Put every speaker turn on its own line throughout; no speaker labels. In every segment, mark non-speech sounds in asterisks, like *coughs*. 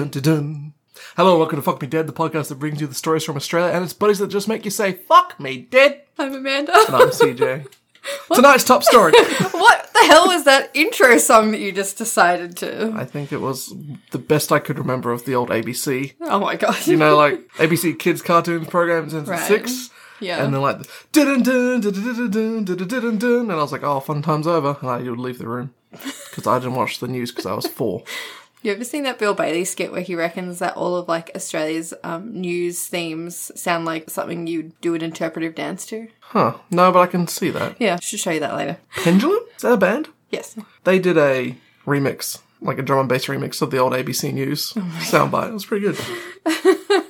Hello and welcome to Fuck Me Dead, the podcast that brings you the stories from Australia and its buddies that just make you say "Fuck me dead."
I'm Amanda.
And I'm CJ. Tonight's top story.
*laughs* what the hell was that intro song that you just decided to?
I think it was the best I could remember of the old ABC.
Oh my god.
You know, like ABC kids cartoons programs since
Right.
six.
Yeah.
And then like the dun dun dun dun dun dun dun dun, and I was like, "Oh, fun times over," and I would leave the room because I didn't watch the news because I was four.
you ever seen that Bill Bailey skit where he reckons that all of like Australia's um, news themes sound like something you'd do an interpretive dance to?
Huh? No, but I can see that.
Yeah, should show you that later.
Pendulum? Is that a band?
Yes.
They did a remix, like a drum and bass remix of the old ABC News
Oh
soundbite. It was pretty good.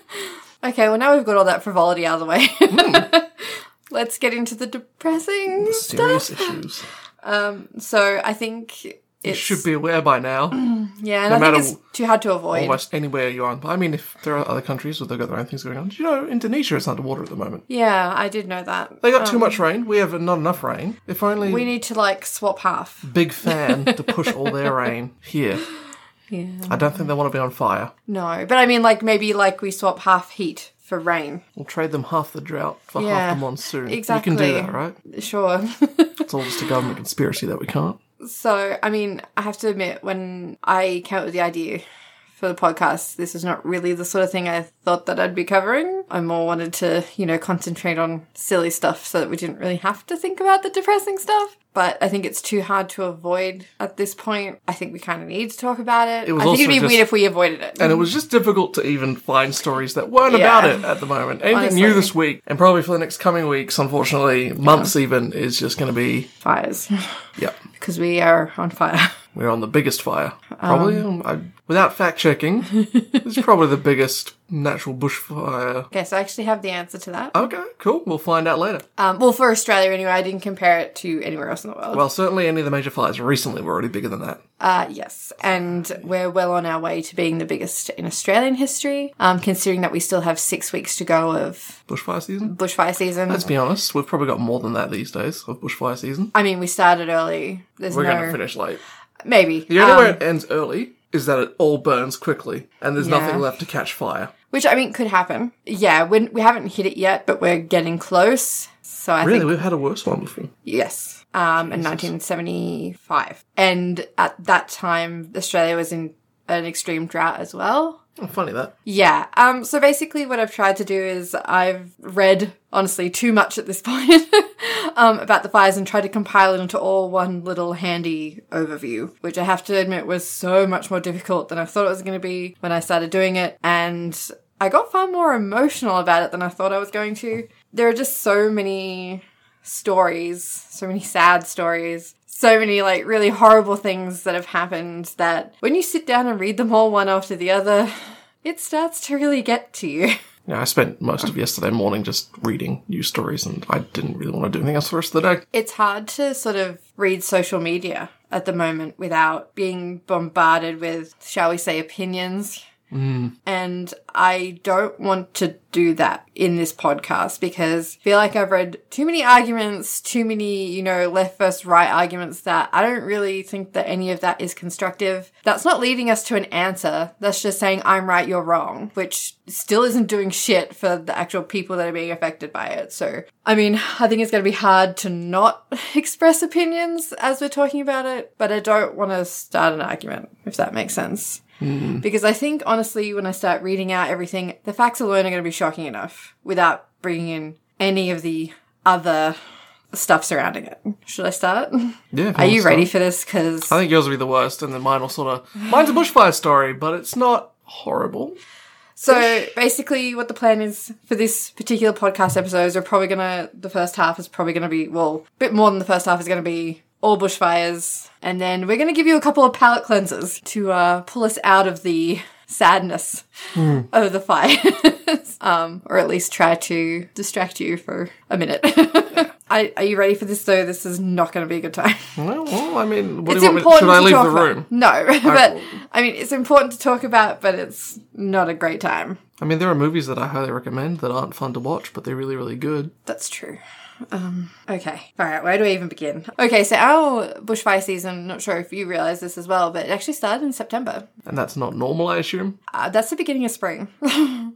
Okay, well now we've got all that frivolity out of the way. *laughs* Let's get into the depressing.
Serious issues.
So I think
You
it's Mm.
should be aware by now,
yeah, and I think
matter
it's too hard to avoid.
almost anywhere you are. But I mean, if there are other countries where they've got their own things going on, do you know Indonesia is underwater at the moment?
Yeah, I did know that.
They got too much rain. We have not enough rain. If only
Um, We need to like swap half.
big
*laughs*
fan to push all their rain here.
Yeah.
I don't think they want to be on fire.
No, but I mean, like maybe like we swap half heat for rain.
We'll trade them half the drought for
Yeah,
half the monsoon.
exactly.
You can do that, right?
Sure. *laughs*
It's all just a government conspiracy that we can't.
so, I mean, I have to admit, when I came up with the idea for the podcast, this is not really the sort of thing I thought that I'd be covering. I more wanted to, you know, concentrate on silly stuff so that we didn't really have to think about the depressing stuff. But I think it's too hard to avoid at this point. I think we kind of need to talk about it.
It was
I think
also
it'd be
just-
weird if we avoided it.
And it was just difficult to even find stories that weren't
Yeah.
about it at the moment. Anything new
Honestly.
this week, and probably for the next coming weeks, unfortunately, months even, is just going to be,
Fires. *laughs*
yep,
because we are on fire. *laughs*
we're on the biggest fire. Probably, um, I, without fact
*laughs*
checking, it's probably the biggest natural bushfire.
Okay, so I actually have the answer to that.
Okay, cool. We'll find out later.
Um, well, for Australia anyway, I didn't compare it to anywhere else in the world.
Well, certainly any of the major fires recently were already bigger than that.
uh, yes, and we're well on our way to being the biggest in Australian history, um, considering that we still have six weeks to go of
Bushfire season?
bushfire season.
Let's be honest, we've probably got more than that these days of bushfire season.
I mean, we started early. There's
We're going to
no
finish late.
maybe,
The only
um,
way it ends early is that it all burns quickly and there's
Yeah.
nothing left to catch fire.
which I mean could happen. Yeah, we we haven't hit it yet, but we're getting close. So I
Really,
think
we've had a worse one before.
Yes. Um, in 1975. And at that time, Australia was in an extreme drought as well.
Oh, funny that.
Yeah. Um, so basically, what I've tried to do is I've read, honestly, too much at this *laughs* point um, about the fires and tried to compile it into all one little handy overview, which I have to admit was so much more difficult than I thought it was going to be when I started doing it. And I got far more emotional about it than I thought I was going to. There are just so many stories, so many sad stories, so many like really horrible things that have happened that when you sit down and read them all one after the other, it starts to really get to you. *laughs*
Yeah, I spent most of yesterday morning just reading news stories and I didn't really want to do anything else for the rest of the day.
It's hard to sort of read social media at the moment without being bombarded with, shall we say, opinions. And I don't want to do that in this podcast because I feel like I've read too many arguments, too many, you know, left versus right arguments that I don't really think that any of that is constructive. That's not leading us to an answer. That's just saying I'm right, you're wrong, which still isn't doing shit for the actual people that are being affected by it. So, I mean, I think it's going to be hard to not *laughs* express opinions as we're talking about it, but I don't want to start an argument, if that makes sense. Because I think, honestly, when I start reading out everything, the facts alone are going to be shocking enough without bringing in any of the other stuff surrounding it. Should I start?
Yeah. if
Are
want
you
to
ready
start.
for this? Because
I think yours will be the worst and then mine will sort of. Mine's a bushfire story, but it's not horrible.
so basically, what the plan is for this particular podcast episode is we're probably gonna the first half is probably gonna be well a bit more than the first half is gonna be all bushfires, and then we're gonna give you a couple of palate cleansers to uh, pull us out of the sadness
Hmm.
of the fires, *laughs* um, or at least try to distract you for a minute. *laughs* I, are you ready for this though? This is not going to be a good time.
Well, well I mean, what
it's
do you want me
important.
Should I
to
leave
talk
the
about-
room?
No, *laughs* but I mean, it's important to talk about, but it's not a great time.
I mean, there are movies that I highly recommend that aren't fun to watch, but they're really, really good.
That's true. Um, okay. All right. Where do I even begin? Okay. So our bushfire season, not sure if you realize this as well, but it actually started in September.
And that's not normal, I assume.
Uh, that's the beginning of spring. *laughs* it's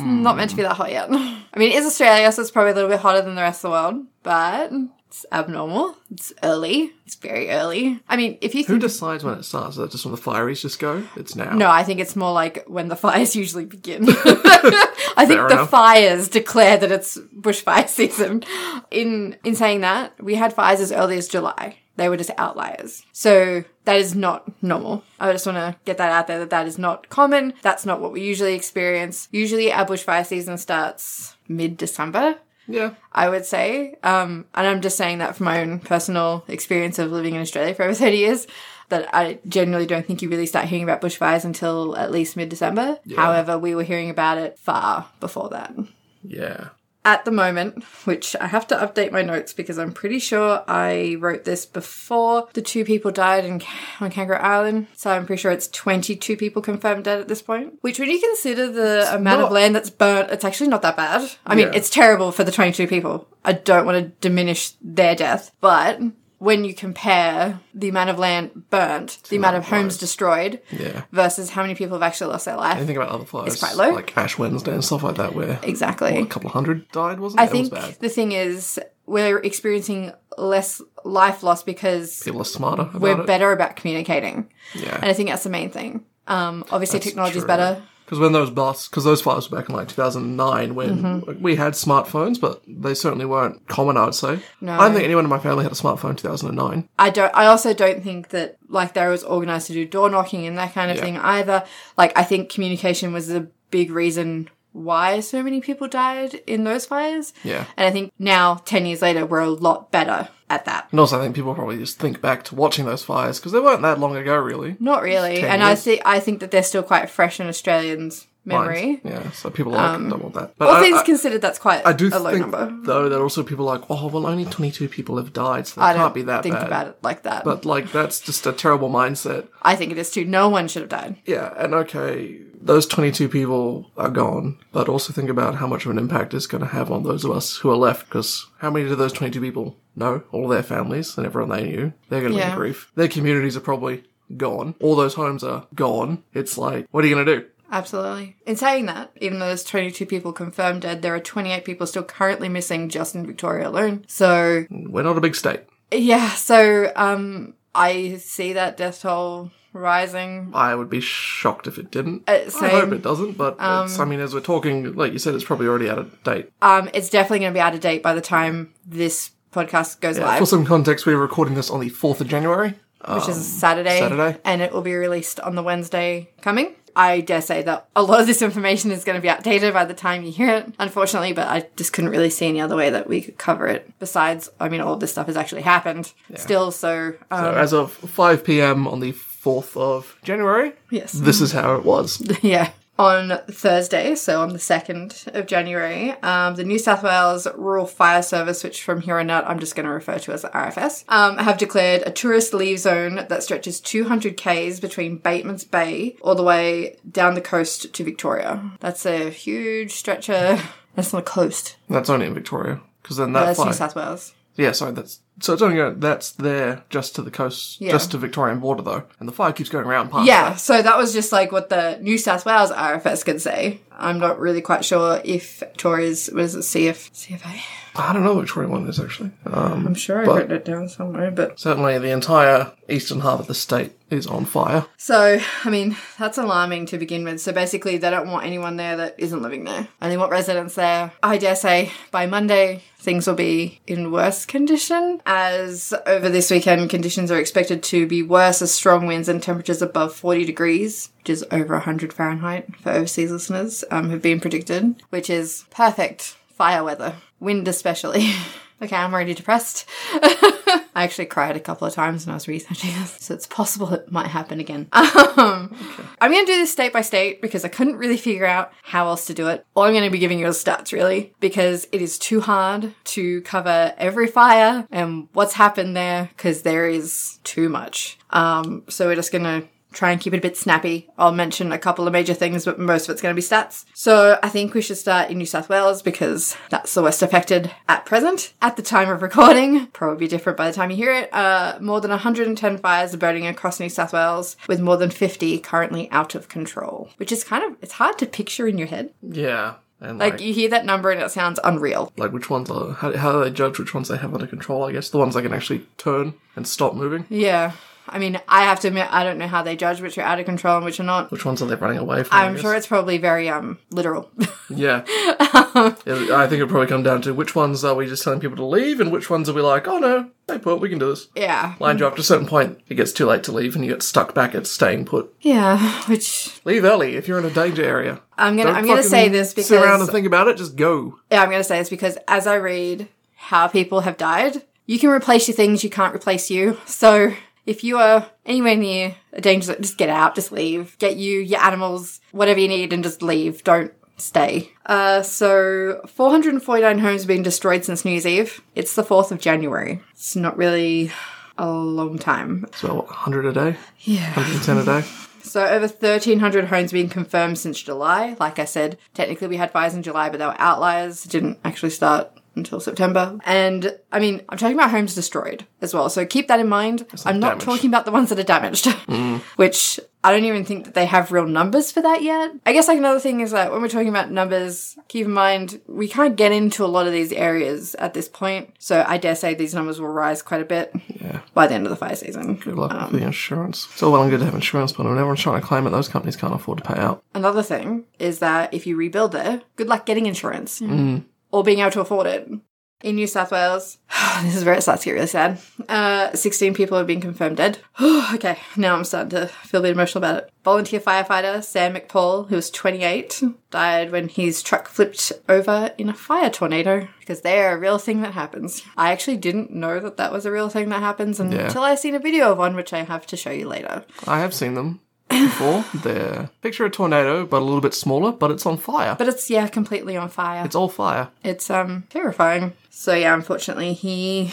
not meant to be that hot yet. I mean, it is Australia, so it's probably a little bit hotter than the rest of the world, but it's abnormal. It's early. It's very early. I mean, if you
Who
think.
decides when it starts? Is that just when the fieries just go? It's now.
No, I think it's more like when the fires *laughs* usually
*laughs*
begin. I think
Fair
the
enough.
fires declare that it's bushfire *laughs* season. In in saying that, we had fires as early as July. They were just outliers. So that is not normal. I just want to get that out there that that is not common. That's not what we usually experience. Usually our bushfire season starts mid-December.
Yeah.
I would say. Um, and I'm just saying that from my own personal experience of living in Australia for over *laughs* 30 years, that I generally don't think you really start hearing about bushfires until at least mid December. However, we were hearing about it far before that.
Yeah.
At the moment, which I have to update my notes because I'm pretty sure I wrote this before the two people died in, on Kangaroo Island. So I'm pretty sure it's 22 people confirmed dead at this point. Which, when you consider the amount of
not-
land that's burnt, it's actually not that bad. I mean,
Yeah.
it's terrible for the 22 people. I don't want to diminish their death, but when you compare the amount of land burnt, the amount of homes destroyed,
Yeah.
versus how many people have actually lost their life.
Anything about other fires?
quite low.
Like Ash Wednesday and stuff like that, where
Exactly.
a couple hundred died, wasn't it?
I
That
think
was bad.
the thing is we're experiencing less life loss because
People are smarter about
we're
it.
better about communicating, and
Yeah.
I think that's the main thing. Um, obviously, technology's
true.
better.
Because when those blasts, because those fires were back in like 2009 when
Mm-hmm.
we had smartphones, but they certainly weren't common, I would say.
No.
I don't think anyone in my family had a smartphone in 2009.
I don't. I also don't think that like they was organized to do door knocking and that kind of
Yeah.
thing either. Like I think communication was the big reason why so many people died in those fires.
Yeah.
And I think now, ten years later, we're a lot better at that.
And also, I think people probably just think back to watching those fires because they weren't that long ago, really.
Not really.
10
And I
years.
think I think that they're still quite fresh in Australians'
Mine.
memory.
Yeah, so people are like, don't want that. But
All
I,
things
I,
considered, that's quite
I do
a low
think,
number.
though, that also people are like, oh, well, only 22 people have died, so
I
that
don't
can't be that
think
bad.
about it like that.
But, like, that's just a terrible mindset.
I think it is too. No one should have died.
Yeah, and okay, those 22 people are gone, but also think about how much of an impact it's going to have on those of us who are left, because how many of those 22 people know? All their families and everyone they knew. They're going to be
Yeah.
in grief. Their communities are probably gone. All those homes are gone. It's like, what are you going to do?
Absolutely. In saying that, even though there's 22 people confirmed dead, there are 28 people still currently missing just in Victoria alone. So,
We're not a big state.
yeah, so um, I see that death toll rising.
I would be shocked if it didn't.
Uh,
I
same.
hope it doesn't, but it's, I mean, as we're talking, like you said, it's probably already out of date.
Um, it's definitely going to be out of date by the time this podcast goes
For
live,
some context, we were recording this on the 4th of January.
which is Saturday.
Saturday.
And it will be released on the Wednesday coming. I dare say that a lot of this information is going to be outdated by the time you hear it, unfortunately, but I just couldn't really see any other way that we could cover it. Besides, I mean, all of this stuff has actually happened still, so. Um,
So Uh, as of 5 p.m. on the 4th of January,
Yes.
this is how it
*laughs*
was.
yeah. On Thursday, so on the 2nd of January, um, the New South Wales Rural Fire Service, which from here on out I'm just going to refer to as the RFS, um, have declared a tourist leave zone that stretches 200 k's between Bateman's Bay all the way down the coast to Victoria. That's a huge stretcher. *laughs* That's not a coast.
That's only in Victoria. Because then that
That's
fly.
New South Wales.
Yeah, sorry, that's. So it's only going, that's there just to the coast,
Yeah.
just to Victorian border though, and the fire keeps going around past.
Yeah, so that was just like what the New South Wales RFS could say. I'm not really quite sure if Victoria's was it CF, CFA.
I don't know which Victorian one it is actually. Um,
I'm sure I wrote it down somewhere, but
certainly, the entire eastern half of the state is on fire.
so I mean that's alarming to begin with. So basically, they don't want anyone there that isn't living there, and they want residents there. I dare say by Monday things will be in worse condition, as over this weekend conditions are expected to be worse as strong winds and temperatures above 40 degrees, which is over 100 Fahrenheit for overseas listeners, um, have been predicted, which is perfect fire weather, wind especially. *laughs* okay, I'm already depressed. *laughs* I actually cried a couple of times when I was researching this, so it's possible it might happen again. *laughs* Um, I'm going to do this state by state because I couldn't really figure out how else to do it. All I'm going to be giving you is stats, really, because it is too hard to cover every fire and what's happened there because there is too much. Um, so we're just going to try and keep it a bit snappy. I'll mention a couple of major things, but most of it's going to be stats. So I think we should start in New South Wales because that's the worst affected at present. At the time of recording, probably different by the time you hear it, uh, more than 110 fires are burning across New South Wales with more than 50 currently out of control, which is kind of, it's hard to picture in your head.
Yeah. And
Like
like,
you hear that number and it sounds unreal.
like which ones are how, how do they judge which ones they have under control? I guess the ones they can actually turn and stop moving.
Yeah. I mean, I have to admit, I don't know how they judge which are out of control and which are not.
Which ones are they running away from? I
I'm
guess?
sure it's probably very um literal. *laughs*
yeah. It- I think it would probably come down to which ones are we just telling people to leave, and which ones are we like, oh no, stay put, we can do this.
yeah.
Mind you, after a certain point, it gets too late to leave, and you get stuck back at staying put.
Yeah, which
Leave early if you're in a danger area.
I'm gonna
Don't
I'm gonna
fucking
say this because
sit around and think about it. Just go.
yeah, I'm gonna say this because as I read how people have died, you can replace your things, you can't replace you. So if you are anywhere near a danger zone, just get out, just leave. Get you, your animals, whatever you need, and just leave. Don't stay. Uh, so 449 homes have been destroyed since New Year's Eve. It's the 4th of January. It's not really a long time.
So what, 100 a day,
Yeah.
110 a day.
So over 1,300 homes being confirmed since July. Like I said, technically we had fires in July, but they were outliers. It didn't actually start until September. And I mean, I'm talking about homes destroyed as well. So keep that in mind. I'm not
damaged. Mm.
talking about the ones that are damaged, *laughs* which I don't even think that they have real numbers for that yet. I guess like another thing is that when we're talking about numbers, keep in mind we can't get into a lot of these areas at this point. So I dare say these numbers will rise quite a bit
Yeah.
by the end of the fire season.
Good luck with the
Um,
insurance. It's all well and good to have insurance, but when everyone's trying to claim it, those companies can't afford to pay out.
Another thing is that if you rebuild there, good luck getting insurance or being able to afford it. In New South Wales, *sighs* this is where it starts to get really sad. Uh, 16 people have been confirmed dead. *sighs* okay, now I'm starting to feel a bit emotional about it. Volunteer firefighter Sam McPaul, who was 28, died when his truck flipped over in a fire tornado because they're a real thing that happens. I actually didn't know that that was a real thing that happens until I seen a video of one, which I have to show you later.
I have seen them
*laughs*
before. They're picture a tornado, but a little bit smaller, but it's on fire.
But it's, yeah, completely on fire.
It's all fire.
It's um terrifying. So yeah, unfortunately he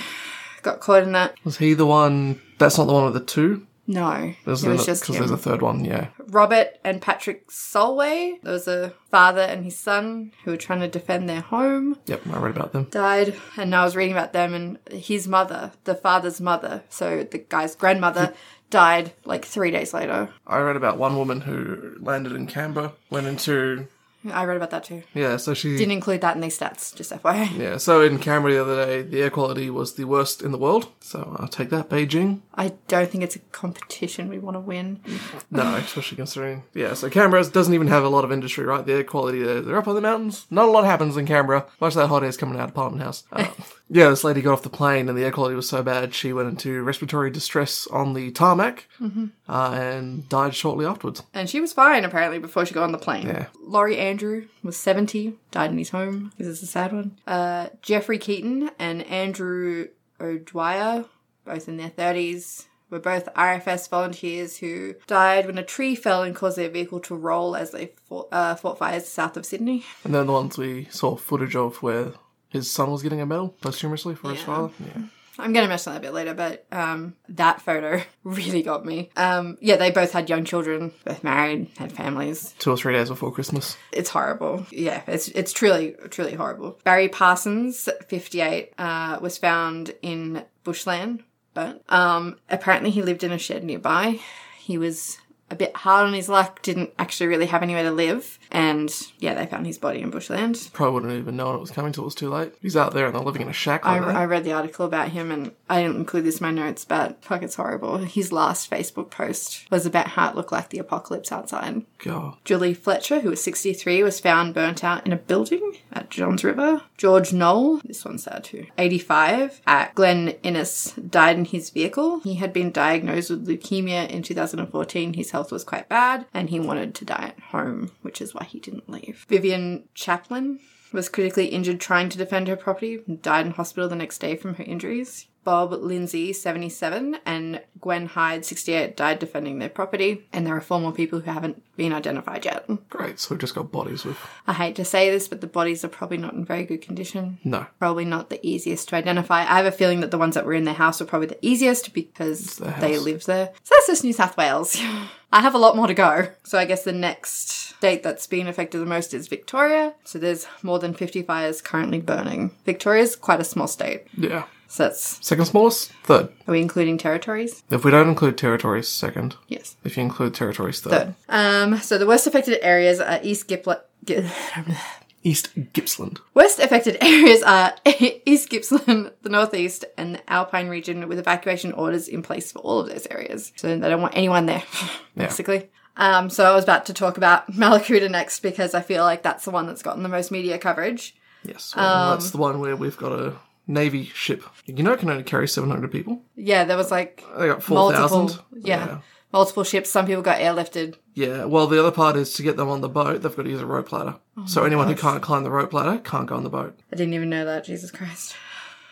got caught in that.
Was he the one? That's not the one with the two.
No,
There's
it was
another-
just
there's
him.
a third one. Yeah.
Robert and Patrick Solway. There was a father and his son who were trying to defend their home.
Yep. I read about them.
Died, and I was reading about them and his mother, the father's mother, so the guy's grandmother,
Hmm.
died like three days later.
I read about one woman who landed in Canberra, went into
I read about that too.
yeah. So she
Didn't include that in these stats, just FYI.
Yeah, so in Canberra the other day, the air quality was the worst in the world. So I'll take that, Beijing.
I don't think it's a competition we want to win. *sighs*
No, especially considering. Yeah, so Canberra doesn't even have a lot of industry, right? The air quality, there, they're up on the mountains. Not a lot happens in Canberra. Much of that hot air's coming out of Parliament House.
*laughs*
Uh, yeah, this lady got off the plane and the air quality was so bad, she went into respiratory distress on the tarmac
Mm-hmm.
uh, and died shortly afterwards.
And she was fine apparently before she got on the plane.
Yeah.
Laurie Andrew was 70, died in his home. This is a sad one. Uh, Jeffrey Keaton and Andrew O'Dwyer, both in their 30s, were both RFS volunteers who died when a tree fell and caused their vehicle to roll as they fought, uh, fought fires south of Sydney.
And then the ones we saw footage of where his son was getting a medal posthumously for his
Yeah.
father. Yeah.
I'm going to mention that a bit later, but um, that photo *laughs* really got me. Um, yeah, they both had young children, both married, had families.
Two or three days before Christmas.
it's horrible. Yeah, it's it's truly truly horrible. Barry Parsons, fifty eight, uh, was found in bushland, but um, apparently he lived in a shed nearby. He was a bit hard on his luck, didn't actually really have anywhere to live, and yeah, they found his body in bushland.
Probably wouldn't even know it was coming till it was too late. He's out there and they're living in a shack.
I,
like that.
I read the article about him and I didn't include this in my notes, but fuck, it's horrible. His last Facebook post was about how it looked like the apocalypse outside.
God.
Julie Fletcher, who was 63, was found burnt out in a building at Johns River. George Knoll, this one's sad too, 85, at Glen Innes, died in his vehicle. He had been diagnosed with leukemia in 2014. His health was quite bad and he wanted to die at home, which is why he didn't leave. Vivian Chaplin was critically injured trying to defend her property and died in hospital the next day from her injuries. Bob Lindsay, 77, and Gwen Hyde, 68, died defending their property, and there are four more people who haven't been identified yet.
Great. So we've just got bodies with.
I hate to say this, but the bodies are probably not in very good condition.
No.
Probably not the easiest to identify. I have a feeling that the ones that were in their house were probably the easiest because
their
they
house.
live there. So that's just New South Wales. *laughs* I have a lot more to go. So I guess the next state that's been affected the most is Victoria. So there's more than 50 fires currently burning. Victoria's quite a small state.
Yeah.
So that's,
Second smallest? Third.
are we including territories?
If we don't include territories, second.
Yes.
If you include territories, third.
Good. Um, so the worst affected areas are East Giplet. *laughs*
East Gippsland.
Worst affected *laughs* areas are East Gippsland, the Northeast, and the Alpine region with evacuation orders in place for all of those areas. So they don't want anyone there, *laughs* basically. Um, so I was about to talk about *laughs* Malakuta next because I feel like that's the one that's gotten the most media coverage.
Yes. Well,
Um,
that's the one where we've got a Navy ship. You know it can only carry 700 people.
Yeah, there was like
They got
multiple,
4,000.
yeah, multiple ships. Some people got airlifted.
Yeah, well, the other part is to get them on the boat, they've got to use a rope ladder.
Oh
so anyone who can't climb the rope ladder can't go on the boat.
I didn't even know that. Jesus Christ.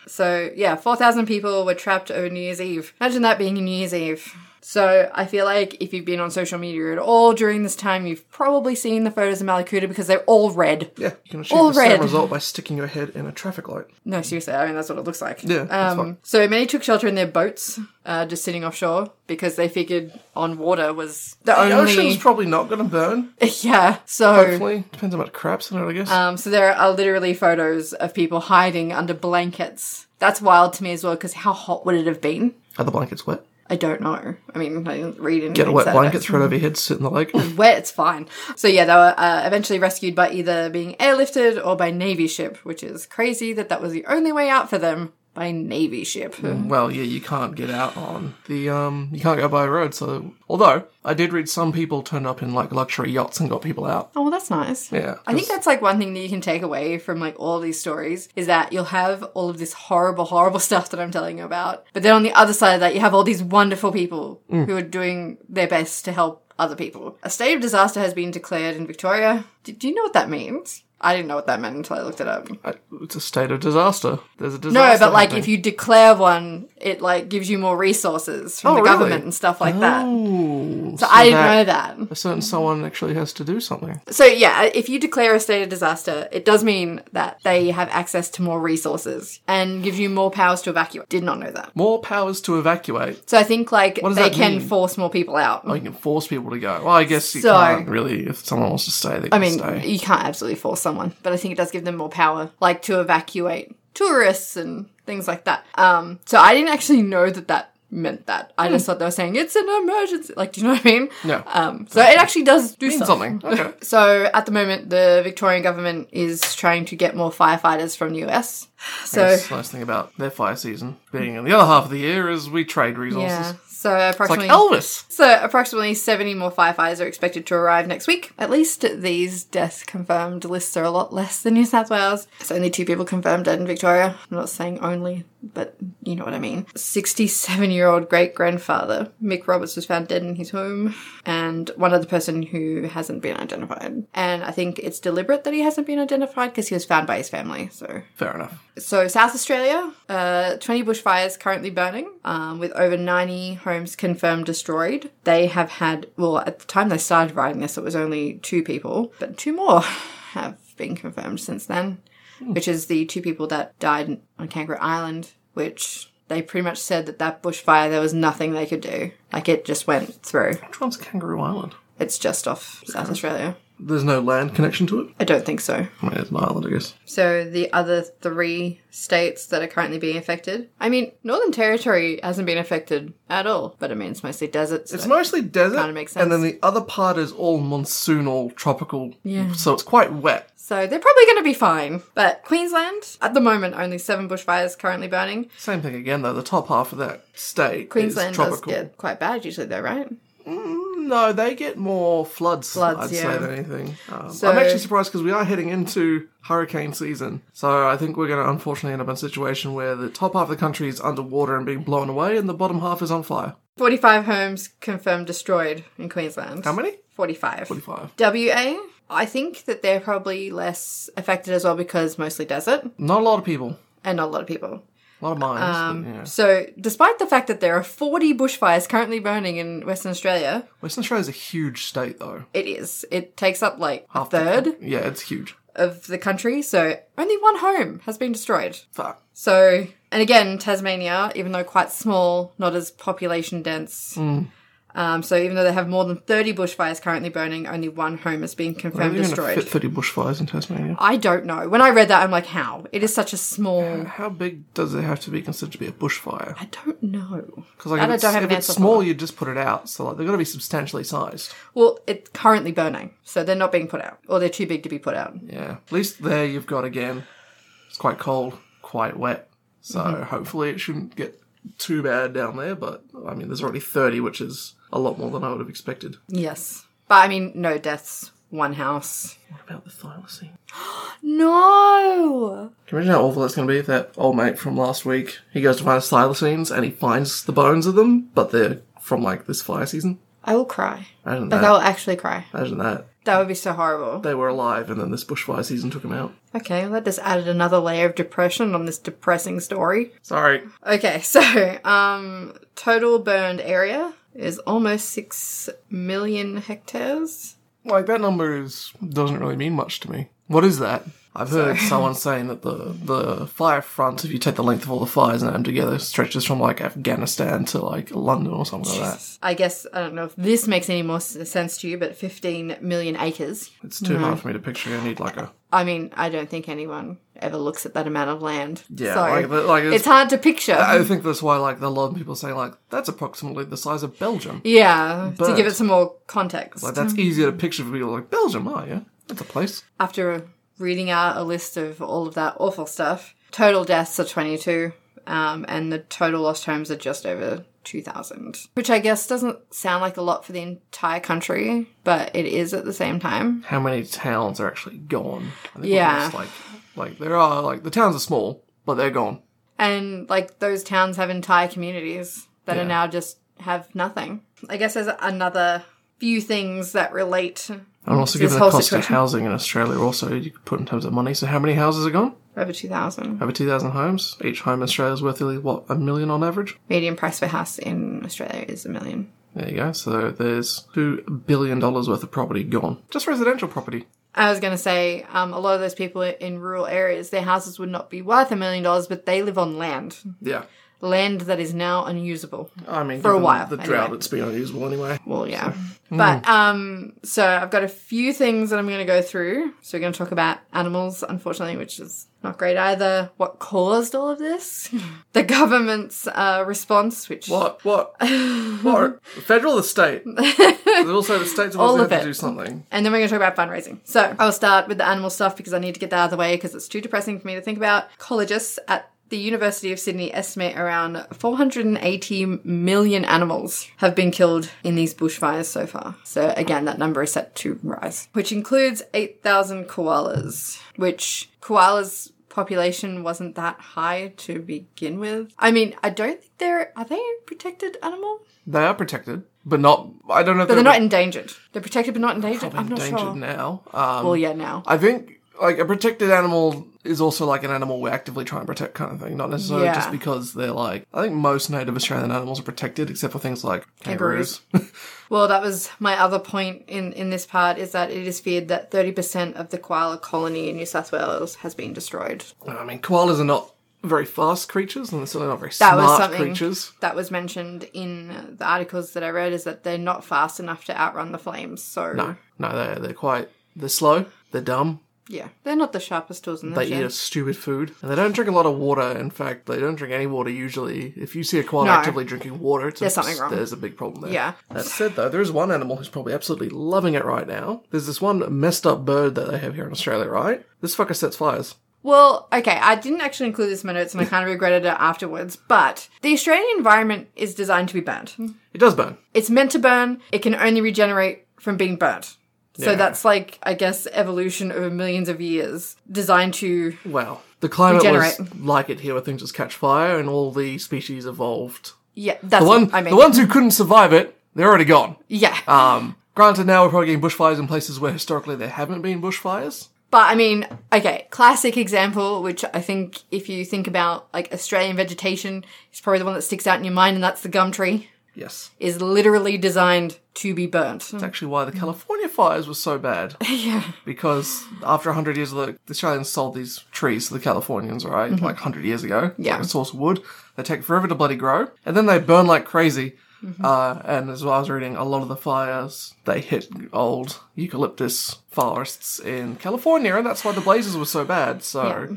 So yeah, four thousand people were trapped over New Year's Eve. Imagine that being New Year's Eve. So I feel like if you've been on social media at all during this time, you've probably seen the photos of Malakuta because they're all red.
Yeah, you can achieve
All
the same
red.
result by sticking your head in a traffic light.
No, seriously, I mean that's what it looks like.
Yeah, that's fine.
Um, so many took shelter in their boats, uh, just sitting offshore because they figured on water was the,
The
only.
ocean's probably not going to burn,
*laughs* yeah. So
hopefully. Depends how much crap's in it, I guess.
Um, so there are literally photos of people hiding under blankets. That's wild to me as well because how hot would it have been?
Are the blankets wet?
I don't know. I mean, I didn't read anything.
Get a wet
to that
blanket,
effect.
throw it over your head, sit in the lake.
Wet, it's fine. So yeah, they were uh, eventually rescued by either being airlifted or by navy ship, which is crazy that that was the only way out for them by navy ship.
well, yeah, you can't get out on the, um, you can't go by road, so. Although, I did read some people turned up in, like, luxury yachts and got people out.
Oh, well, that's nice.
Yeah.
I think that's like one thing that you can take away from like all these stories is that you'll have all of this horrible, horrible *laughs* stuff that I'm telling you about. But then on the other side of that, you have all these wonderful people who are doing their best to help other people. A state of disaster has been declared in Victoria. Do, do you know what that means? I didn't know what that meant until I looked it up.
I- it's a state of disaster. There's a disaster.
No, but like
happening.
if you declare one, it like gives you more resources from
Oh,
the
really? Oh,
government and stuff like that.
Ooh,
So I didn't know that.
A certain someone actually has to do something.
So yeah, uh, if you declare a state of disaster, it does mean that they have access to more resources and gives you more powers to evacuate. Did not know that.
More powers to evacuate.
So I think like
does
they
that
can
mean?
force more people out.
Oh, you can force people to go. Well, I guess you
So-
can't really. If someone wants to stay, they can
I mean,
stay.
you can't absolutely force someone, but I think it does give them more power, like to evacuate tourists and things like that. Um, so I didn't actually know that that meant that. I just thought they were saying it's an emergency. Like, do you know what I mean?
Hmm. Yeah.
Um, so it actually does do
Mean something. Okay.
*laughs* So at the moment, the Victorian government is trying to get more firefighters from the US. So
That's the nice thing about their fire season being in the other half of the year is we trade resources.
yeah, so
Like "Oh,
approximately
Elvis.
so approximately seventy more firefighters are expected to arrive next week. At least these deaths confirmed lists are a lot less than New South Wales. It's only two people confirmed dead in Victoria. I'm not saying only, but you know what I mean. Sixty-seven-year-old great grandfather Mick Roberts was found dead in his home, and one other person who hasn't been identified. And I think it's deliberate that he hasn't been identified because he was found by his family. So
Fair enough.
so, South Australia, uh, 20 bushfires currently burning, um, with over 90 homes confirmed destroyed. They have had, well, at the time they started writing this, it was only two people, but two more *laughs* have been confirmed since then, which is the two people that died on Kangaroo Island, which they pretty much said that that bushfire, there was nothing they could do. Like, it just went through.
Which one's Kangaroo Island?
It's just off South Australia.
There's no land connection to it.
I don't think so.
I mean, it's an island, I guess.
So the other three states that are currently being affected. I mean, Northern Territory hasn't been affected at all, but I mean, it's mostly deserts.
It's mostly desert,
Kinda makes
and then the other part is all monsoonal, tropical.
Yeah.
So it's quite wet.
so they're probably going to be fine. But Queensland, at the moment, only seven bushfires currently burning.
Same thing again, though. The top half of that state
Queensland
is
does
tropical.
get quite bad usually, though, right?
No, they get more floods,
Floods,
I'd say,
yeah.
than anything. Um,
So-
I'm actually surprised because we are heading into hurricane season. So I think we're going to unfortunately end up in a situation where the top half of the country is underwater and being blown away, and the bottom half is on fire.
45 homes confirmed destroyed in Queensland.
How many?
45.
45.
WA, I think that they're probably less affected as well because mostly desert
Not a lot of people.
and not a lot of people.
A lot of mines.
Um,
but yeah.
So, despite the fact that there are 40 bushfires currently burning in Western Australia,
Western Australia's a huge state, though.
it is. It takes up like a
Half the-
third
Yeah, it's huge.
of the country, so only one home has been destroyed.
Fuck.
So, and again, Tasmania, even though quite small, not as population dense.
Mm.
Um, so, even though they have more than 30 bushfires currently burning, only one home has been
Are
confirmed
they going to
destroyed.
fit 30 bushfires in Tasmania?
I don't know. When I read that, I'm like, how? It is such a small.
How big does it have to be considered to be a bushfire?
I don't know.
Because like,
I
if
don't
it's,
have
if
an
it's
answer for
small,
that.
you just put it out. So like, they've got to be substantially sized.
Well, it's currently burning, so they're not being put out, or they're too big to be put out.
Yeah. At least there you've got again. It's quite cold, quite wet. So
Mm-hmm.
hopefully it shouldn't get too bad down there. But I mean, there's already 30, which is a lot more than I would have expected.
Yes. But I mean, no deaths, one house.
What about the thylacine?
No!
Can you imagine how awful that's going to be if that old mate from last week he goes to find his thylacines and he finds the bones of them, but they're from like this fire season?
I will cry.
Imagine
Like,
that.
I will actually cry.
Imagine that.
That would be so horrible.
They were alive and then this bushfire season took them out.
Okay, well, that just added another layer of depression on this depressing story.
Sorry.
Okay, *laughs* so um, total burned area is almost six million hectares.
Like that number is doesn't really mean much to me. What is that? I've heard someone saying that the the fire front, if you take the length of all the fires and add them together, stretches from like Afghanistan to like London or something like that.
I guess I don't know if this makes any more s- sense to you, but fifteen million acres.
It's too hard for me to picture. I need like a
I mean, I don't think anyone ever looks at that amount of land.
yeah,
so
like, the- like
it's
it's,
hard to picture.
I think that's why like a lot of people saying like that's approximately the size of Belgium.
yeah, to
But-
give it some more context.
Like that's easier to picture for people like Belgium, oh yeah, that's a place.
after reading out a list of all of that awful stuff, total deaths are 22, um, and the total lost homes are just over 2,000, which I guess doesn't sound like a lot for the entire country, but it is at the same time.
How many towns are actually gone? I think
Yeah.
almost, like like there are like the towns are small, but they're gone.
And like those towns have entire communities that are now just have nothing. I guess there's another few things that relate
And also,
This
given the
whole
cost of
situation.
housing in Australia, also you could put in terms of money. So, how many houses are gone?
over 2,000.
Over two thousand homes. Each home in Australia is worth nearly what a million on average.
Median price per house in Australia is a million.
There you go. So there's two billion dollars worth of property gone, just residential property.
I was going to say, um, a lot of those people in rural areas, their houses would not be worth a million dollars, but they live on land.
Yeah,
Land that is now unusable.
I mean,
For a
given
while,
the
anyway.
drought it's been unusable anyway.
Well, yeah. But, um, so I've got a few things that I'm going to go through. So we're going to talk about animals, unfortunately, which is not great either. What caused all of this? *laughs* the government's uh, response, which.
What? What? what? The Federal, the state. There's also the states
All
also
of
have
it.
to do something.
And then we're going to talk about fundraising. So I'll start with the animal stuff because I need to get that out of the way because it's too depressing for me to think about. Ecologists at the University of Sydney estimate around 480 million animals have been killed in these bushfires so far. So again, that number is set to rise, which includes 8,000 koalas, which koalas population wasn't that high to begin with. I mean, I don't think they're are they a protected animal?
They are protected, but not. I don't know. if
But they're not endangered. They're protected but not endangered. I'm not
endangered
sure.
now. Um,
Well, yeah, now.
I think like a protected animal is also like an animal we actively try and protect kind of thing, not necessarily
Yeah.
just because they're like. I think most native Australian animals are protected, except for things like
Kangaroos.
kangaroos.
Well, that was my other point in, in this part is that it is feared that 30% of the koala colony in New South Wales has been destroyed.
*laughs* I mean, koalas are not very fast creatures, and they're certainly not very
That was
smart
something
creatures.
that was mentioned in the articles that I read is that they're not fast enough to outrun the flames. So,
No, no, they're they're quite. They're slow. They're dumb.
yeah, they're not the sharpest tools in the
They eat a
shed.
stupid food, and they don't drink a lot of water. In fact, they don't drink any water usually. If you see a koala
No.
actively drinking water, it's
There's
a,
something wrong.
There's a big problem there.
Yeah.
That said, though, there is one animal who's probably absolutely loving it right now. There's this one messed up bird that they have here in Australia, right? This fucker sets fires.
Well, okay, I didn't actually include this in my notes and I kind of regretted it afterwards, but the Australian environment is designed to be burnt.
It does burn.
it's meant to burn. It can only regenerate from being burnt. So
Yeah.
that's like, I guess, evolution over millions of years designed to.
Wow. The climate was
Regenerate.
like it here, where things just catch fire, and all the species evolved.
Yeah, that's
The one, Ah.
what I mean.
the ones who couldn't survive it, they're already gone.
yeah.
Um, granted, now we're probably getting bushfires in places where historically there haven't been bushfires.
But I mean, okay, classic example, which I think if you think about like Australian vegetation, is probably the one that sticks out in your mind, and that's the gum tree,
Yes.
is literally designed to be burnt. *laughs*
It's actually why the California fires were so bad.
yeah.
because after 100 years, the, the Australians sold these trees to the Californians, right? Like 100 years ago.
Yeah.
Like a source of wood. They take forever to bloody grow. And then they burn like crazy. Uh, and as well as reading, a lot of the fires, they hit old eucalyptus forests in California. And that's why the blazes were so bad. So,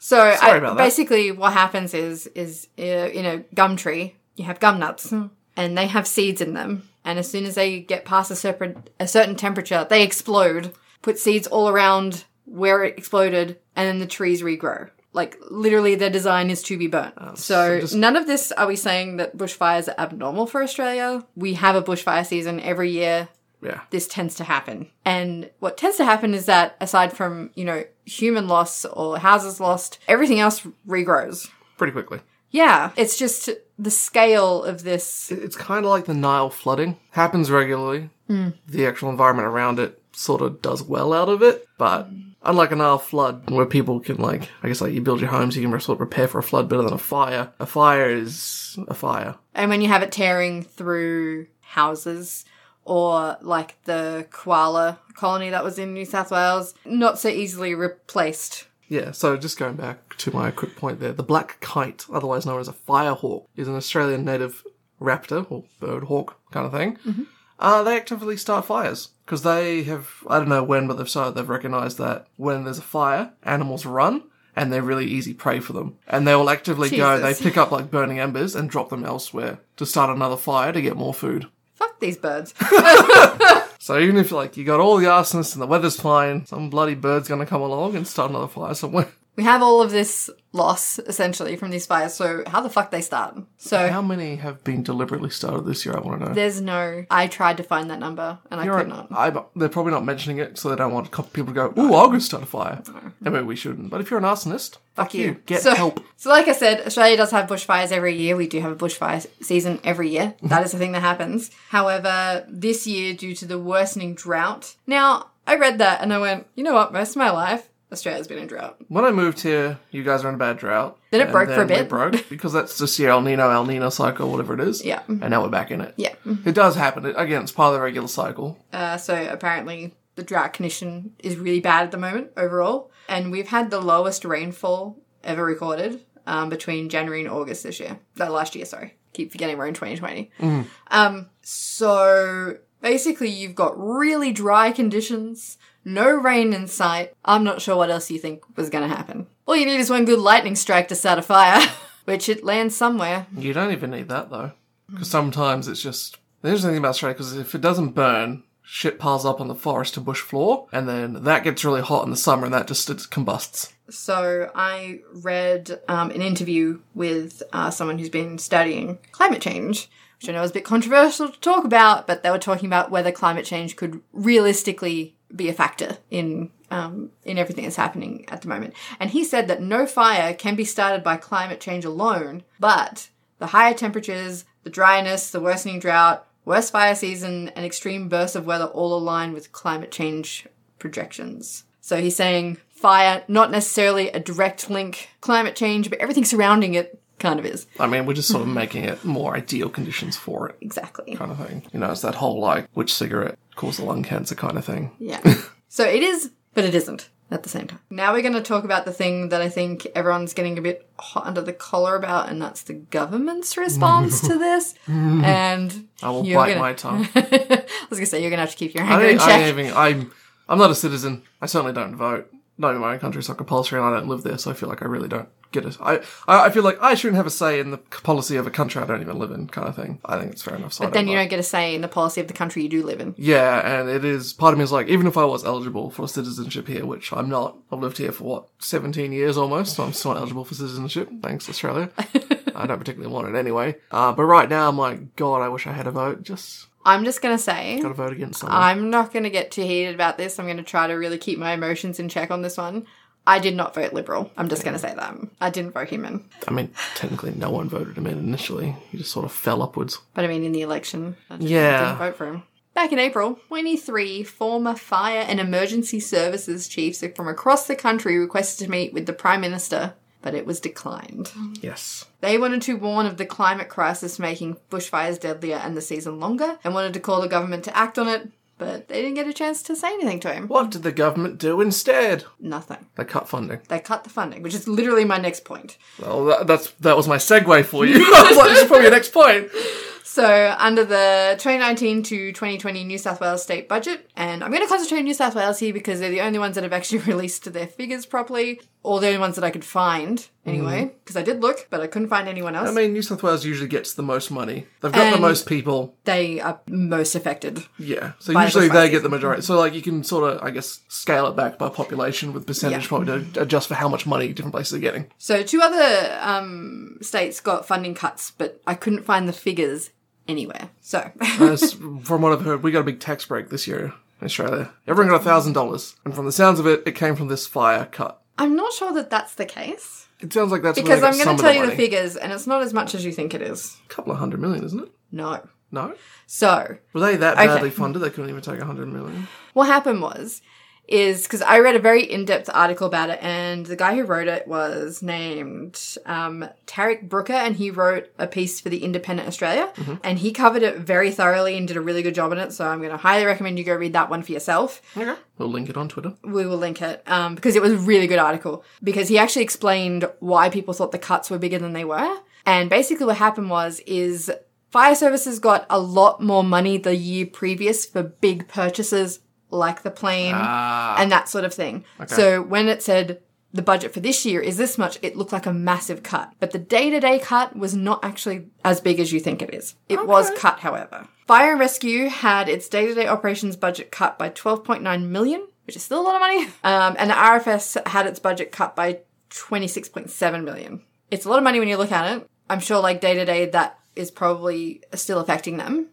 So I,
about that.
basically, what happens is is uh, in a gum tree, you have gum nuts, and they have seeds in them. And as soon as they get past a certain a certain temperature, they explode, put seeds all around where it exploded, and then the trees regrow. Like literally, their design is to be burnt.
Oh,
so none of this are we saying that bushfires are abnormal for Australia? We have a bushfire season every year
yeah.
this tends to happen. And what tends to happen is that aside from, you know, human loss or houses lost, everything else regrows.
Pretty quickly.
Yeah, it's just the scale of this.
It- It's kind of like the Nile flooding. Happens regularly. The actual environment around it sort of does well out of it, but unlike a Nile flood where people can like, I guess like you build your homes, you can sort of prepare for a flood better than a fire. A fire is a fire.
And when you have it tearing through houses or like the koala colony that was in New South Wales, not so easily replaced.
Yeah, so just going back to my quick point there, the black kite, otherwise known as a firehawk, is an Australian native raptor or bird hawk kind of thing. Uh, they actively start fires because they have, I don't know when, but they've started, they've recognized that when there's a fire, animals run and they're really easy prey for them. And they will actively go, they
Jesus.
pick up like burning embers and drop them elsewhere to start another fire to get more food.
Fuck
*laughs*
these birds.
So even if like you got all the arsonists and the weather's fine, some bloody bird's gonna come along and start another fire somewhere.
we have all of this loss essentially from these fires, so how the fuck they start? So
How many have been deliberately started this year? I want to know.
There's no. I tried to find that number and I
You're
could
right.
not.
I, they're probably not mentioning it, so they don't want co- people to go, "Ooh, I'll go start a fire." I mean, we shouldn't. But if you're an arsonist, fuck you. Get
so,
help.
*laughs* So, like I said, Australia does have bushfires every year. We do have a bushfire s- season every year. That is the thing that happens. However, this year, due to the worsening drought, now I read that and I went, you know what? Most of my life, Australia's been in drought.
When I moved here, you guys were in a bad drought.
Then it
and
broke for a
we
bit. *laughs*
broke because that's just the El Nino, El Nino cycle, whatever it is.
Yeah.
And now we're back in it.
Yeah.
It does happen. It, again, it's part of the regular cycle.
Uh, so apparently, the drought condition is really bad at the moment overall, and we've had the lowest rainfall ever recorded um, between January and August this year. No, last year, sorry. Keep forgetting we're in 2020. Um, so basically, you've got really dry conditions, no rain in sight. I'm not sure what else you think was going to happen. All you need is one good lightning strike to start a fire, *laughs* which it lands somewhere.
You don't even need that though, because sometimes it's just the interesting thing about Australia. Because if it doesn't burn, shit piles up on the forest to bush floor, and then that gets really hot in the summer, and that just it combusts.
So I read um, an interview with uh, someone who's been studying climate change, which I know is a bit controversial to talk about, but they were talking about whether climate change could realistically be a factor in um, in everything that's happening at the moment. And he said that no fire can be started by climate change alone, but the higher temperatures, the dryness, the worsening drought, worse fire season, and extreme bursts of weather all align with climate change projections. So he's saying fire, not necessarily a direct link, climate change, but everything surrounding it kind of is.
I mean, we're just sort
*laughs*
of making it more ideal conditions for it,
Exactly.
kind of thing. You know, it's that whole like which cigarette caused the lung cancer kind of thing.
Yeah. so it is, but it isn't at the same time. Now we're going to talk about the thing that I think everyone's getting a bit hot under the collar about, and that's the government's response to this. And
I will
you're
bite
gonna-
my tongue.
*laughs* I was going to say, you're going to have to keep your
I
anger in
don't, I
check.
don't even. I'm. I'm not a citizen. I certainly don't vote. Not in my own country, it's not compulsory, and I don't live there, so I feel like I really don't get it. I, I I feel like I shouldn't have a say in the policy of a country I don't even live in, kind of thing. I think it's fair enough. So I
then
don't
you
vote.
don't get a say in the policy of the country you do live in.
Yeah, and it is. Part of me is like, even if I was eligible for citizenship here, which I'm not, I've lived here for what, 17 years almost, so I'm still not eligible for citizenship. Thanks, Australia. I don't particularly want it anyway. Uh, but right now, I'm like, God, I wish I had a vote. Just
I'm just going to say.
gotta vote against someone.
I'm not going to get too heated about this. I'm going to try to really keep my emotions in check on this one. I did not vote Liberal. I'm just going to say that. I didn't vote him in.
I mean, technically, no one voted him in initially. He just sort of fell upwards.
But I mean, in the election, I just
Yeah.
didn't vote for him. Back in April, 23 former fire and emergency services chiefs from across the country requested to meet with the Prime Minister, but it was declined.
Yes.
They wanted to warn of the climate crisis making bushfires deadlier and the season longer, and wanted to call the government to act on it, but they didn't get a chance to say anything to him.
What did the government do instead?
Nothing.
They cut funding.
They cut the funding, which is literally my next point.
Well, that, that's that was my segue for you. *laughs* I was like, this is probably your next point.
So, under the 2019 to 2020 New South Wales state budget, and I'm going to concentrate on New South Wales here because they're the only ones that have actually *laughs* released their figures properly, or the only ones that I could find anyway,
Mm-hmm.
because I did look, but I couldn't find anyone else.
I mean, New South Wales usually gets the most money. They've got the
And-
most people.
they are most affected.
Yeah. So
By the
usually they
prices.
get the majority. So like you can sort of, I guess, scale it back by population with percentage
Yeah.
point to adjust for how much money different places are getting.
So, two other um, states got funding cuts, but I couldn't find the figures anywhere. So, *laughs*
As from what I've heard, we got a big tax break this year in Australia. Everyone got a thousand dollars, and from the sounds of it, it came from this fire cut.
I'm not sure that that's the case
It sounds like that's
because
where
I'm
they got some
going to tell
of
you
the
the
money.
figures, and it's not as much as you think it is.
A couple of hundred million, isn't it?
No.
No.
So,
Were they that badly funded they couldn't even take a hundred million?
what happened was is because i read a very in-depth article about it and the guy who wrote it was named um, tarek brooker and he wrote a piece for the independent australia and he covered it very thoroughly and did a really good job on it so i'm going to highly recommend you go read that one for yourself
Okay. We'll link it on Twitter.
we will link it um, because it was a really good article because he actually explained why people thought the cuts were bigger than they were and basically what happened was is fire services got a lot more money the year previous for big purchases like the plane
Ah.
and that sort of thing so when it said the budget for this year is this much it looked like a massive cut but the day-to-day cut was not actually as big as you think it is it was cut however fire and rescue had its day-to-day operations budget cut by 12.9 million which is still a lot of money. *laughs* Um, and the RFS had its budget cut by 26.7 million. It's a lot of money when you look at it. I'm sure, like day to day, that is probably still affecting them.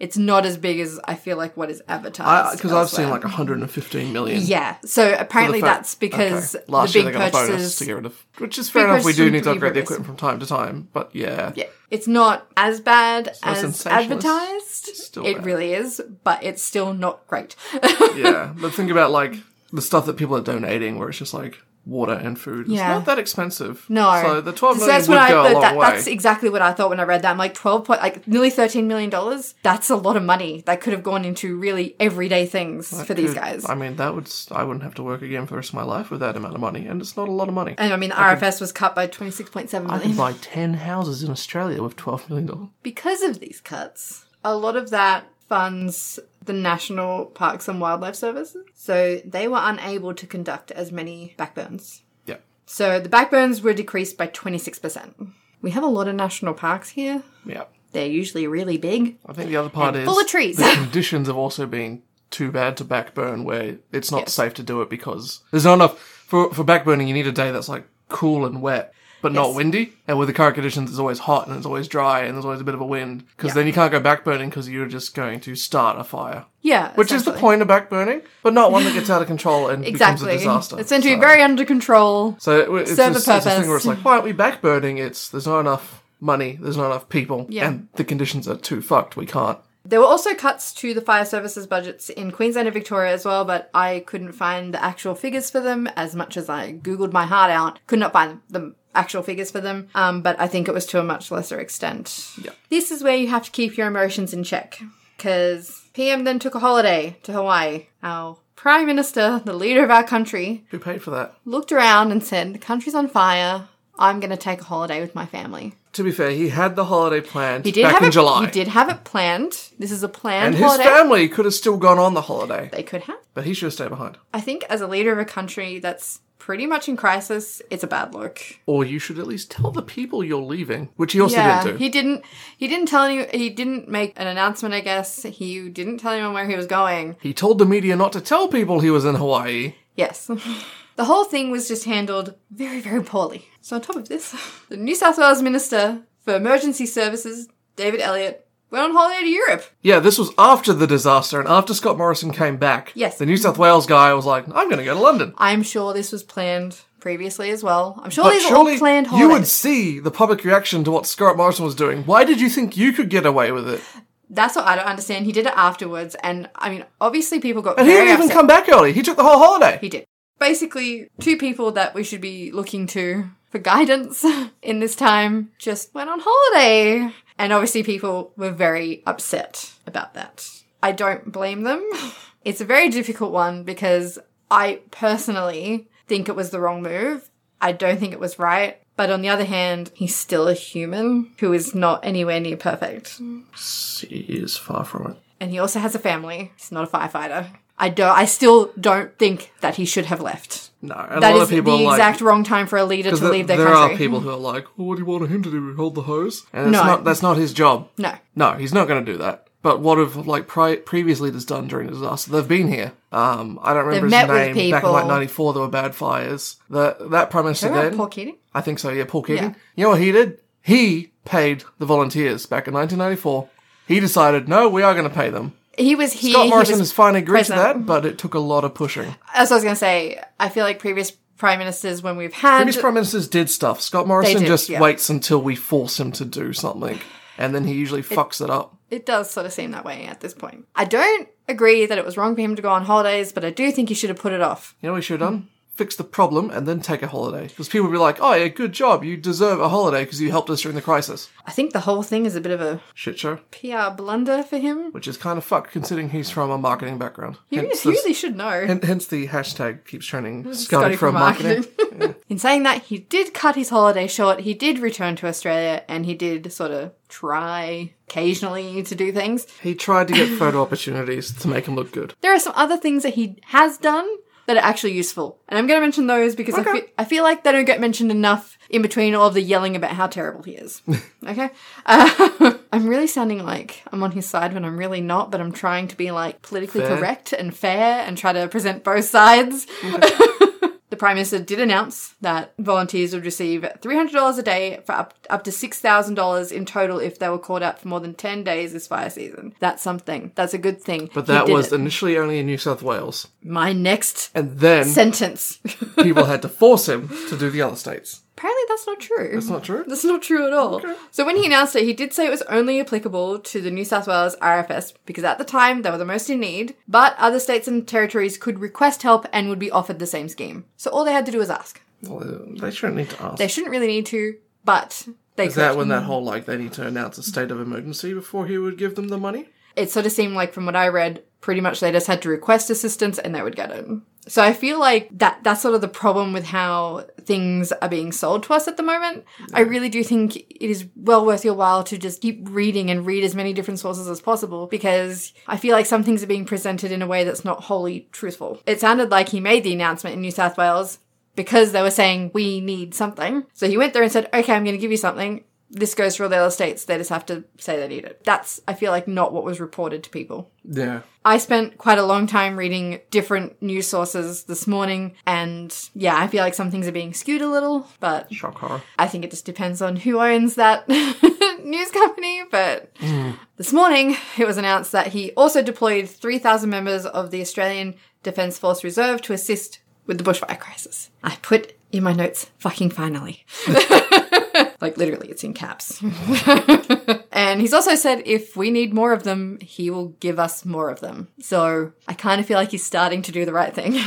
It's not as big as I feel like what is advertised.
Because Hmm. I've seen
elsewhere.
like 115 million.
yeah. So apparently
The fact-
that's because
okay. last
the
year
big
they got a bonus
purchases.
to get rid of, which is fair enough. We
purchases
do
from
need to
three
upgrade the
previous-
equipment from time to time, but yeah,
Yeah. It's not as bad
not
as
sensationalist.
advertised.
still
it
bad.
really is, but it's still not great. *laughs*
yeah. But think about like the stuff that people are donating, where it's just like water and food. It's
Yeah.
not that expensive.
No.
so the 12
So
million would
what I-
go a
that-
long
that-
way.
That's exactly what I thought when I read that. I'm like twelve point, like nearly thirteen million dollars. That's a lot of money that could have gone into really everyday things for these
Dude,
guys.
I mean, that would s- I wouldn't have to work again for the rest of my life with that amount of money, and it's not a lot of money.
and I mean, the RFS was cut by twenty six point seven
I can
million
buy 10 houses in Australia with 12 million dollars.
because of these cuts. A lot of that funds the National Parks and Wildlife Service, so they were unable to conduct as many backburns.
Yeah.
So the backburns were decreased by twenty six percent. We have a lot of national parks here.
Yeah.
They're usually really big.
I think the other part is
full of trees. *laughs*
the conditions have also been too bad to backburn, where it's not safe to do it because there's not enough for for backburning. You need a day that's like cool and wet, but not windy. And with the current conditions, it's always hot and it's always dry and there's always a bit of a wind because then you can't go backburning because you're just going to start a fire,
Yeah,
which is the
essentially.
point of backburning, but not one that gets out of control and
Exactly.
becomes a disaster.
It's meant to be
So-
very under control.
So it, it's,
Serve
a,
a
it's a thing
purpose.
where it's like, why aren't we backburning? It's there's not enough money, there's not enough people,
Yeah.
and the conditions are too fucked. We can't.
There were also cuts to the fire services budgets in Queensland and Victoria as well, but I couldn't find the actual figures for them as much as I googled my heart out. Could not find the actual figures for them, um, but I think it was to a much lesser extent.
Yeah.
This is where you have to keep your emotions in check because PM then took a holiday to Hawaii. Our Prime Minister, the leader of our country,
Who paid for that?
looked around and said, The country's on fire. I'm going to take a holiday with my family.
To be fair, he had the holiday planned
He did
back
have
in
it,
July.
He did have it planned. This is a planned
And his
holiday.
family could have still gone on the holiday,
they could have.
but he should have stayed behind.
I think as a leader of a country that's pretty much in crisis, it's a bad look.
Or you should at least tell the people you're leaving, which he also
Yeah,
didn't do.
he didn't. He didn't tell any. He didn't make an announcement. I guess he didn't tell anyone where he was going.
He told the media not to tell people he was in Hawaii.
Yes. *laughs* The whole thing was just handled very, very poorly. So, on top of this, *laughs* the New South Wales Minister for Emergency Services, David Elliott, went on holiday to Europe.
Yeah, this was after the disaster, and after Scott Morrison came back,
Yes.
the New South Wales guy was like, "I'm going to go to London."
I'm sure this was planned previously as well. I'm sure
But
these are
surely
all planned holidays.
you would see the public reaction to what Scott Morrison was doing. Why did you think you could get away with it?
That's what I don't understand. He did it afterwards, and I mean, obviously, people got
And he
very
didn't even
upset.
come back early. He took the whole holiday.
He did. Basically, two people that we should be looking to for guidance *laughs* in this time just went on holiday. And obviously, people were very upset about that. I don't blame them. *laughs* It's a very difficult one because I personally think it was the wrong move. I don't think it was right. But on the other hand, he's still a human who is not anywhere near perfect.
He is far from it.
And he also has a family. He's not a firefighter. I don't I still don't think that he should have left.
No, and
That
a lot of
is
people
the
are
exact
like.
wrong time for a leader to
th-
leave their
there
country.
are people who are like, well, "What do you want him to do? Hold the hose?" And that's
No.
not that's not his job.
No.
No, he's not going to do that. But what have like pri- previous leaders done during the disaster? They've been here. Um, I don't remember
They've
his
met with
name. Back in like
people.
'94, there were bad fires. That that prime minister
Remember
then,
Paul Keating?
I think so. Yeah, Paul Keating.
Yeah.
You know what he did? He paid the volunteers back in 1994. He decided, no, we are going to pay them.
He was here.
Scott
he
Morrison
was-
has finally agreed to
present.
that, but it took a lot of pushing.
That's what I was going to say. I feel like previous prime ministers, when we've had,
British prime ministers did stuff. Scott Morrison
did,
just
yeah.
waits until we force him to do something, and then he usually fucks it up.
it does sort of seem that way at this point. I don't agree that it was wrong for him to go on holidays, but I do think he should have put it off.
You know what we should have done? Fix the problem and then take a holiday. Because people would be like, oh, yeah, good job. You deserve a holiday because you helped us during the crisis.
I think the whole thing is a bit of a
Shit show.
PR blunder for him.
Which is kind of fucked considering he's from a marketing background.
He,
hence,
he
this-
really should know.
hen- hence the hashtag keeps trending.
Scotty
Scotty from marketing.
*laughs* In saying that, he did cut his holiday short. He did return to Australia, and he did sort of try occasionally to do things.
*laughs* He tried to get photo opportunities to make him look good.
There are some other things that he has done that are actually useful, and I'm going to mention those because I,
Okay.
fe- I feel like they don't get mentioned enough in between all of the yelling about how terrible
*laughs*
he is. okay, uh, *laughs* I'm really sounding like I'm on his side when I'm really not, but I'm trying to be like politically
Fair.
correct and fair and try to present both sides. *laughs* The Prime Minister did announce that volunteers would receive $300 a day for up, up to $6,000 in total if they were called out for more than 10 days this fire season. That's something. That's a good thing.
But that
He did
was
it.
initially only in New South Wales.
my next
And
*laughs*
then
sentence.
people had to force him to do the other states.
Apparently, that's not true.
That's not true.
That's not true at all. So when he announced it, he did say it was only applicable to the New South Wales RFS because at the time they were the most in need, but other states and territories could request help and would be offered the same scheme. So all they had to do was ask.
Well, they shouldn't need to ask.
They shouldn't really need to, but they
Is
could.
that when that whole like they need to announce a state of emergency before he would give them the money?
it sort of seemed like from what I read, pretty much they just had to request assistance and they would get it. So I feel like that that's sort of the problem with how things are being sold to us at the moment. I really do think it is well worth your while to just keep reading and read as many different sources as possible because I feel like some things are being presented in a way that's not wholly truthful. It sounded like he made the announcement in New South Wales because they were saying we need something. So he went there and said, "Okay, I'm going to give you something." This goes for all the other states. They just have to say they need it. That's I feel like not what was reported to people.
Yeah.
I spent quite a long time reading different news sources this morning, and yeah, I feel like some things are being skewed a little, but
Shock horror.
I think it just depends on who owns that *laughs* news company. But this morning, it was announced that he also deployed 3,000 members of the Australian Defence Force Reserve to assist with the bushfire crisis. I put in my notes, fucking finally. *laughs* like, literally, it's in caps. *laughs* and he's also said if we need more of them, he will give us more of them. So I kind of feel like he's starting to do the right thing. *laughs*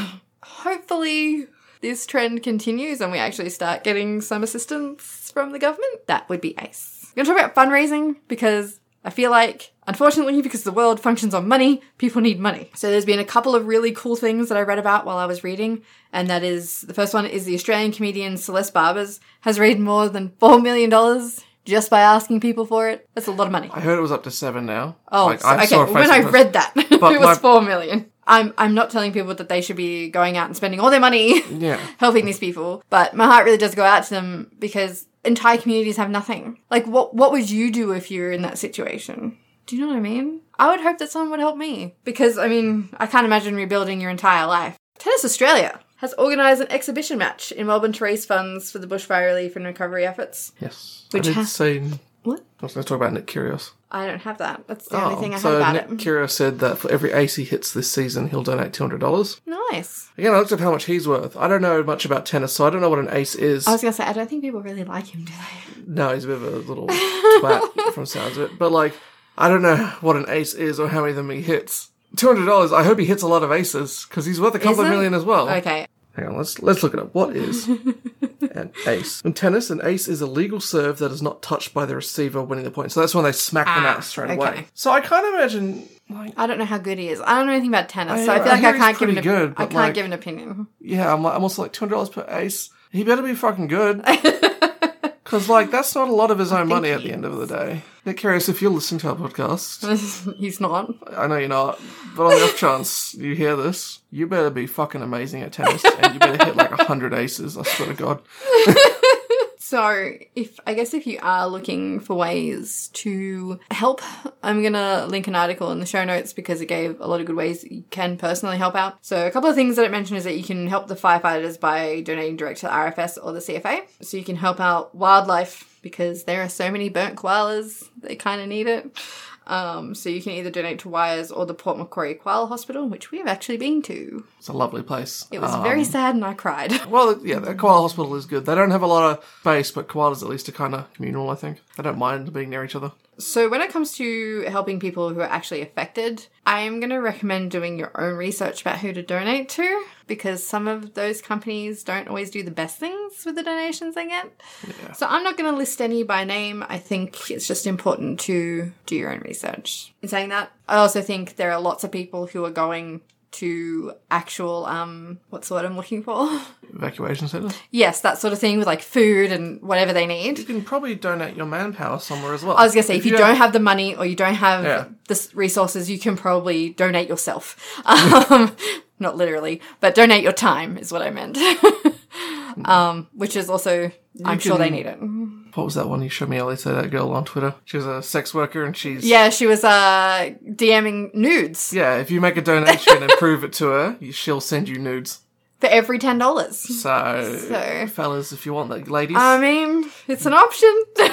Hopefully, this trend continues and we actually start getting some assistance from the government, that would be ace. I'm going to talk about fundraising because I feel like, unfortunately, because the world functions on money, people need money. So there's been a couple of really cool things that I read about while I was reading, and that is the first one is the Australian comedian Celeste Barbers has raised more than $4 million just by asking people for it. That's a lot of money.
I heard it was up to seven now.
Oh,
Like,
so- okay.
a
when I
Facebook post-
read that, *laughs* it
But
was
my-
four million. I'm I'm not telling people that they should be going out and spending all
*laughs*
their money,
Yeah.
helping these people. But my heart really does go out to them because entire communities have nothing. Like, what what would you do if you were in that situation? Do you know what I mean? I would hope that someone would help me because I mean I can't imagine rebuilding your entire life. Tennis Australia has organised an exhibition match in Melbourne to raise funds for the bushfire relief and recovery efforts.
yes.
Which
I did
ha-
say
What?
I was going to talk about Nick Curios.
I don't have that. That's the only thing I
Oh, so
have about
Nick
it.
Curios said that for every ace he hits this season, he'll donate two hundred dollars.
Nice.
Again, I looked up how much he's worth. I don't know much about tennis, so I don't know what an ace is.
I was gonna say, I don't think people really like him, do they? *laughs*
No, he's a bit of a little twat from the sounds of it. But like, I don't know what an ace is or how many of them he hits. Two hundred dollars. I hope he hits a lot of aces because he's worth a couple of
Isn't-
million as well.
Okay.
Hang on, let's let's look it up. What
*laughs*
is an ace? In tennis, an ace is a legal serve that is not touched by the receiver winning the point. So that's when they smack them
Ah,
out straight
okay.
away. So I can't imagine. Like,
I don't know how good he is. I don't know anything about tennis,
I-
so I feel
I
like
hear
I
he's
can't give an
pretty
op-
good,
I
but,
can't
like-
give an opinion.
yeah, I'm like, I'm also like two hundred dollars per ace. He better be fucking
*laughs*
good. Because like that's not a lot of his own money at the end of the day. Nick Curious, if you're listening to our podcast,
*laughs* He's not.
I know you're not, but on the off chance you hear this, you better be fucking amazing at tennis and you better hit like 100 aces, I swear to God.
So, if I guess if you are looking for ways to help, I'm gonna link an article in the show notes because it gave a lot of good ways that you can personally help out. So, a couple of things that it mentioned is that you can help the firefighters by donating direct to the RFS or the CFA. So, you can help out wildlife because there are so many burnt koalas, they kind of need it. Um, so, you can either donate to WIRES or the Port Macquarie Koala Hospital, which we have actually been to.
It's a lovely place.
It was
Um,
very sad and I cried. *laughs*
Well, yeah, the koala hospital is good. They don't have a lot of space, but koalas at least are kind of communal, I think. They don't mind being near each other.
So, when it comes to helping people who are actually affected, I am going to recommend doing your own research about who to donate to because some of those companies don't always do the best things with the donations they get. So, I'm not going to list any by name. I think it's just important to do your own research. In saying that, I also think there are lots of people who are going to actual, um, what's the word I'm looking for? *laughs*
Evacuation centres.
yes, that sort of thing with like food and whatever they need.
You can probably donate your manpower somewhere as well.
I was gonna say, if you don't have the money or you don't have
Yeah.
the s- resources, you can probably donate yourself. *laughs* Um, not literally, but donate your time is what I meant. *laughs* um, which is also, I'm sure they
can-
need it.
What was that one you showed me earlier? So that girl on Twitter. She was a sex worker and she's.
Yeah, she was uh, DMing nudes
Yeah, if you make a donation and prove it to her, you- she'll send you nudes.
for every ten dollars.
So,
*laughs* So- Um,
fellas, if you want that, ladies,
I mean, it's an option. *laughs*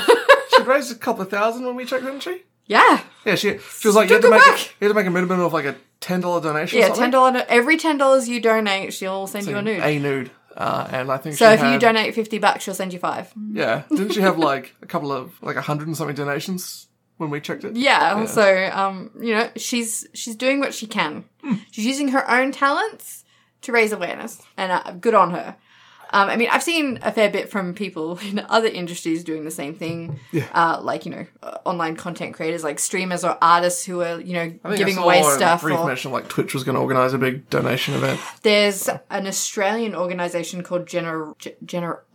she raised a couple of thousand when we checked, didn't she?
yeah,
Yeah, she she was like, you had, to
Stick it
make a,
back.
you had to make a minimum of like a ten dollar donation.
yeah,
or something.
ten dollar. Every ten dollars you donate, she'll send you a nude.
A nude, uh, and I think
so
she
if you
had-
donate fifty bucks, she'll send you five.
yeah, didn't she have like a couple of like a hundred and something donations when we checked it?
Yeah, so um, you know, she's she's doing what she can.
Hmm.
She's using her own talents to raise awareness, and uh, good on her. Um, I mean, I've seen a fair bit from people *laughs* in other industries doing the same thing,
Yeah.
uh, like you know, uh, online content creators, like streamers or artists who are you
I
know
think I
giving
saw
away
a
stuff.
Brief
Or,
mention like Twitch was going to organize a big donation event.
there's an Australian organisation called Gener- G-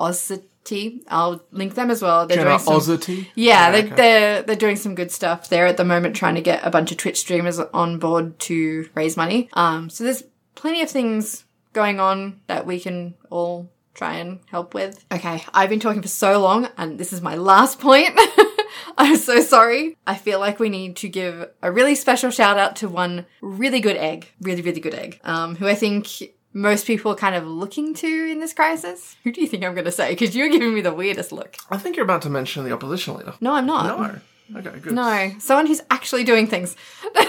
Generosity. I'll link them as well. They're doing some-
Generosity.
yeah, they,
Oh, okay.
they're they're doing some good stuff there at the moment, trying to get a bunch of Twitch streamers on board to raise money. Um, so there's plenty of things going on that we can all try and help with. Okay, I've been talking for so long, and this is my last point. *laughs* I'm so sorry. I feel like we need to give a really special shout out to one really good egg, really really good egg, um, who I think. Most people are kind of looking to in this crisis. Who do you think I'm going to say? Because you're giving me the weirdest look.
I think you're about to mention the opposition leader.
No, I'm not.
No. Okay, good.
No, someone who's actually doing things.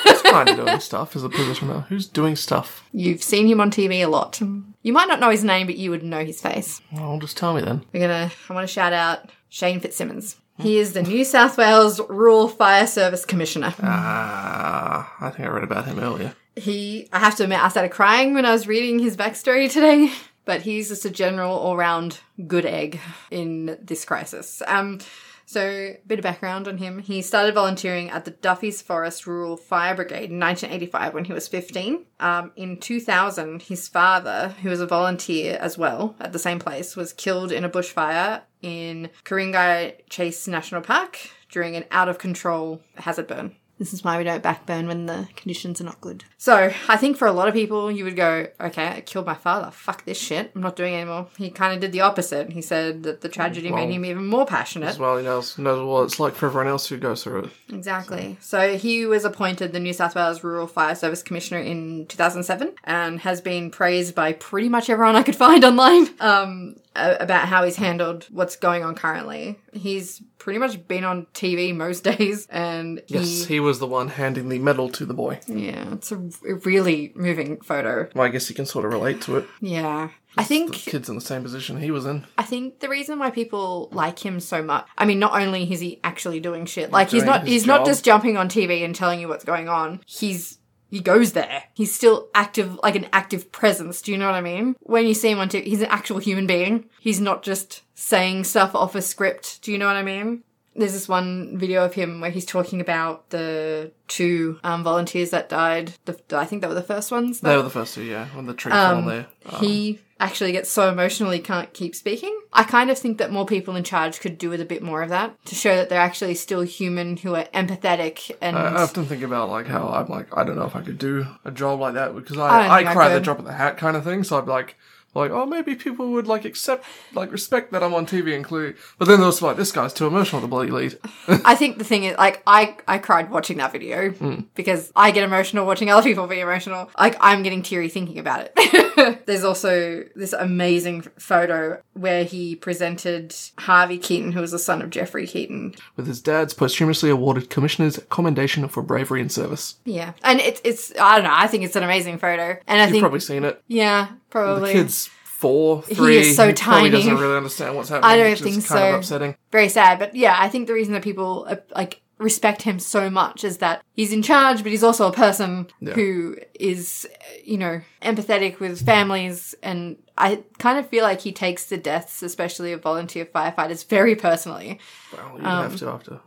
Who's kind of doing stuff is a position leader. Who's doing stuff?
You've seen him on TV a lot. You might not know his name, but you would know his face.
Well, just tell me then.
We're gonna. I want to shout out Shane Fitzsimmons. He is the New South Wales Rural Fire Service Commissioner.
Ah, I think I read about him earlier.
He, I have to admit, I started crying when I was reading his backstory *laughs* today. But he's just a general, all-round good egg in this crisis. Um, so, bit of background on him: he started volunteering at the Duffy's Forest Rural Fire Brigade in 1985 when he was 15. Um, in 2000, his father, who was a volunteer as well at the same place, was killed in a bushfire in Keringai Chase National Park during an out-of-control hazard burn. This is why we don't backburn when the conditions are not good. So I think for a lot of people, you would go, okay, I killed my father. Fuck this shit. I'm not doing it anymore. He kind of did the opposite. He said that the tragedy
Well-
made him even more passionate.
As well, he knows, knows what it's like for everyone else who goes through it.
Exactly. So he was appointed the New South Wales Rural Fire Service Commissioner in 2007 and has been praised by pretty much everyone I could find *laughs* online. Um, uh, about how he's handled what's going on currently. He's pretty much been on TV most *laughs* days, and he-
Yes, he was the one handing the medal to the boy.
yeah, it's a r- really moving photo.
Well, I guess you can sort of relate to it.
Yeah, I
The
think
kid's in the same position he was in.
I think the reason why people like him so much, I mean, not only is he actually doing shit, like he's
doing
not
his
he's not
job.
just jumping on TV and telling you what's going on. He's he goes there. He's still active, like an active presence. Do you know what I mean? When you see him on TV, he's an actual human being. He's not just saying stuff off a script. Do you know what I mean? There's this one video of him where he's talking about the two um, volunteers that died. The, I think that were the first ones. that-
They were the first two, yeah, when the tree fell
Um,
on there.
he actually gets so emotional he can't keep speaking. I kind of think that more people in charge could do with a bit more of that to show that they're actually still human who are empathetic and
I often think about like how I'm like I don't know if I could do a job like that because
I
I
don't
I,
think I
cry at the
could.
drop of the hat kind of thing. So I'd be like like oh maybe people would like accept like respect that I'm on TV and clue. But then there was like this guy's too emotional to bloody lead.
*laughs* I think the thing is like I I cried watching that video
Hmm.
because I get emotional watching other people be emotional. Like I'm getting teary thinking about it. *laughs* There's also this amazing photo where he presented Harvey Keaton who was the son of Jeffrey Keaton.
With his dad's posthumously awarded commissioner's commendation for bravery and service.
Yeah. And it's it's I don't know, I think it's an amazing photo. And I
You've
think
probably seen it.
yeah,
The
probably
kid's four, three.
is so
Probably doesn't
tiny.
really understand what's happening. I
don't
don't which think
think
is kind
so.
of upsetting.
very sad. But yeah, I think the reason that people uh, like respect him so much is that he's in charge, but he's also a person
Yeah.
who is, uh, you know, empathetic with families. And I kind of feel like he takes the deaths, especially of volunteer firefighters, very personally.
Well, you'd have
Um,
to after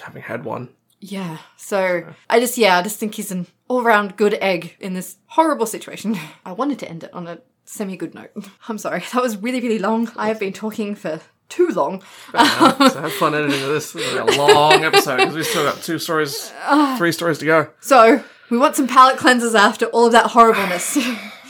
having had one.
Yeah. So I just, yeah, I just think he's an all round good egg in this horrible situation. *laughs* I wanted to end it on a semi good note. *laughs* I'm sorry. That was really, really long. I have been talking for too long. *laughs*
so have fun editing this. This is a long episode because we still got two stories, three stories to go.
So we want some palate cleansers after all of that
*sighs*
horribleness.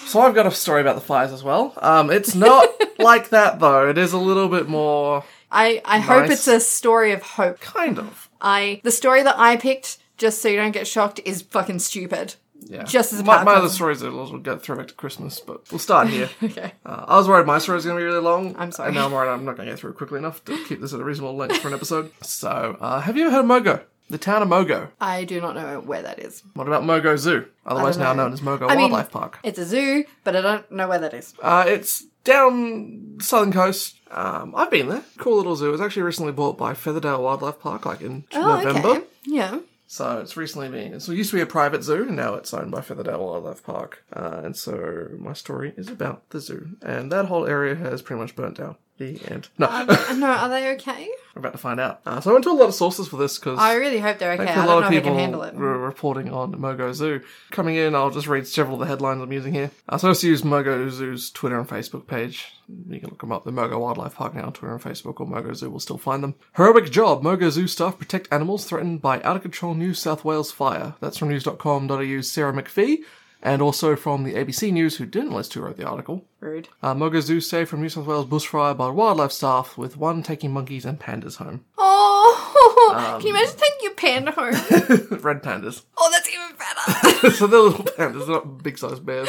So I've got a story about the fires as well. Um, it's
*laughs*
not like that though. It is a little bit more
I, I hope it's
Nice.
a story of hope.
kind of.
I the story that I picked, just so you don't get shocked, is fucking stupid.
Yeah.
Just as a
my,
part
my
of-
other stories are a little get throwback to Christmas, but we'll start here.
*laughs* Okay.
Uh, I was worried my story was going to be really long.
I'm sorry.
And now I'm worried I'm not going to get through it quickly enough to keep this at a reasonable length for an episode. So, uh, have you ever heard of Mogo? The town of Mogo.
I do not know where that is.
What about Mogo Zoo? Otherwise now
know.
known as Mogo
mean-
Wildlife Park.
It's a zoo, but I don't know where that is.
Uh, it's down southern coast. Um, I've been there. Cool little zoo. It was actually recently bought by Featherdale Wildlife Park, like in November.
Oh, okay. Yeah.
So it's recently been. So it used to be a private zoo, and now it's owned by Featherdale Wildlife Park. Uh, and so my story is about the zoo, and that whole area has pretty much burnt down. The end. No,
Are
*laughs* we're
they, no, are they okay?
about to find out. Uh, so I went to a lot of sources for this because.
I really hope they're okay.
Like,
I
a lot
don't know
of
if I can
people
handle it.
were reporting on Mogo Zoo. Coming in, I'll just read several of the headlines I'm using here. I supposed to use Mogo Zoo's Twitter and Facebook page. You can look them up. The Mogo Wildlife Park now on Twitter and Facebook, or Mogo Zoo will still find them. Heroic job. Mogo Zoo staff protect animals threatened by out of control New South Wales fire. That's from news.com.au's Sarah McPhee, and also from the ABC News, who didn't list who wrote the article.
Rude.
Uh, Mogo Zoo saved from New South Wales bushfire by wildlife staff, with one taking monkeys and pandas home. *coughs*
Oh, *laughs* can
Um.
you imagine taking your
*laughs*
panda home?
Red pandas.
oh, that's even better.
*laughs*
*laughs*
so they're little pandas, they're not big sized bears.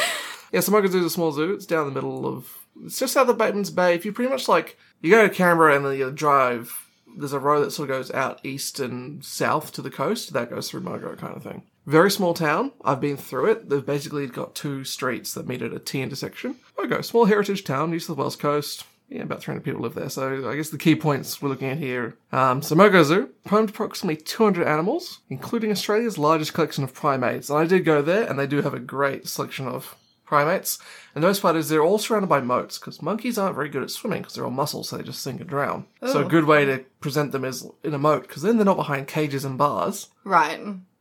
Yeah, so Mogo Zoo is a small zoo. It's down the middle of. It's just out of Bateman's Bay. If you pretty much like. You go to Canberra and then you drive. There's a road that sort of goes out east and south to the coast. That goes through Mogo kind of thing. Very small town. I've been through it. They've basically got two streets that meet at a T intersection. Mogo, small heritage town, New South Wales coast. Yeah, about 300 people live there. So I guess the key points we're looking at here. Um, so Mogo Zoo, home to approximately 200 animals, including Australia's largest collection of primates. And I did go there, and they do have a great selection of primates. And those part is they're all surrounded by moats because monkeys aren't very good at swimming because they're all muscles, so they just sink and drown. So a good way to present them is in a moat because then they're not behind cages and bars.
right.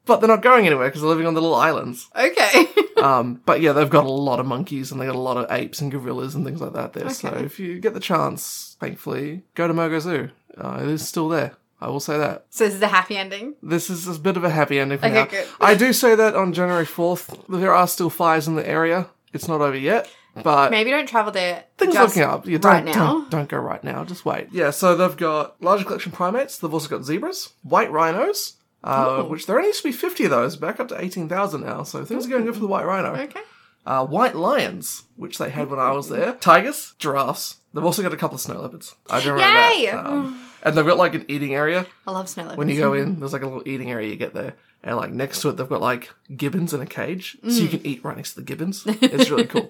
But they're not going anywhere because they're living on the little islands.
Okay. *laughs*
Um, but yeah, they've got a lot of monkeys and they got a lot of apes and gorillas and things like that there. So if you get the chance, thankfully, go to Mogo Zoo. Uh, it is still there. I will say that.
so this is a happy ending.
This is a bit of a happy ending for
Okay,
now.
good.
I do say that on January 4th. There are still fires in the area. It's not over yet, but
Maybe don't travel there.
Things
just
looking up. Yeah, don't,
right now.
Don't, don't go right now. Just wait. Yeah, so they've got larger collection primates. They've also got zebras, white rhinos,
Oh.
uh, which there only used to be 50 of those, back up to 18,000 now. So things are going good for the white rhino.
Okay.
Uh, white lions, which they had when I was there, tigers, giraffes, They've also got a couple of snow leopards. I do remember
Yay!
that. Um, and they've got like an eating area.
I love snow leopards.
When you go in, there's like a little eating area you get there. And like next to it, they've got like gibbons in a cage, so
Mm.
you can eat right next to the
*laughs*
gibbons. It's really cool.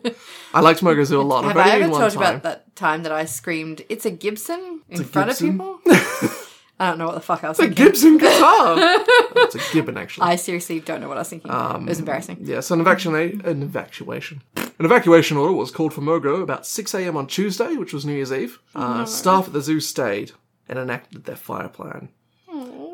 I liked Mogo Zoo a lot.
Have
I've only
I ever
eaten one
told you
time.
about that time that I screamed, "It's a Gibson" in
a
front
Gibson? *laughs*
of people? I don't know what the fuck I was
It's a
thinking.
Gibson
*laughs*
guitar. it's a gibbon, actually.
I seriously don't know what I was thinking. it
Um,
was embarrassing.
*laughs* Yes, an, evacua- an evacuation. An evacuation order was called for Mogo about 6 a.m. on Tuesday, which was New Year's Eve. Uh, Staff at the zoo stayed and enacted their fire plan.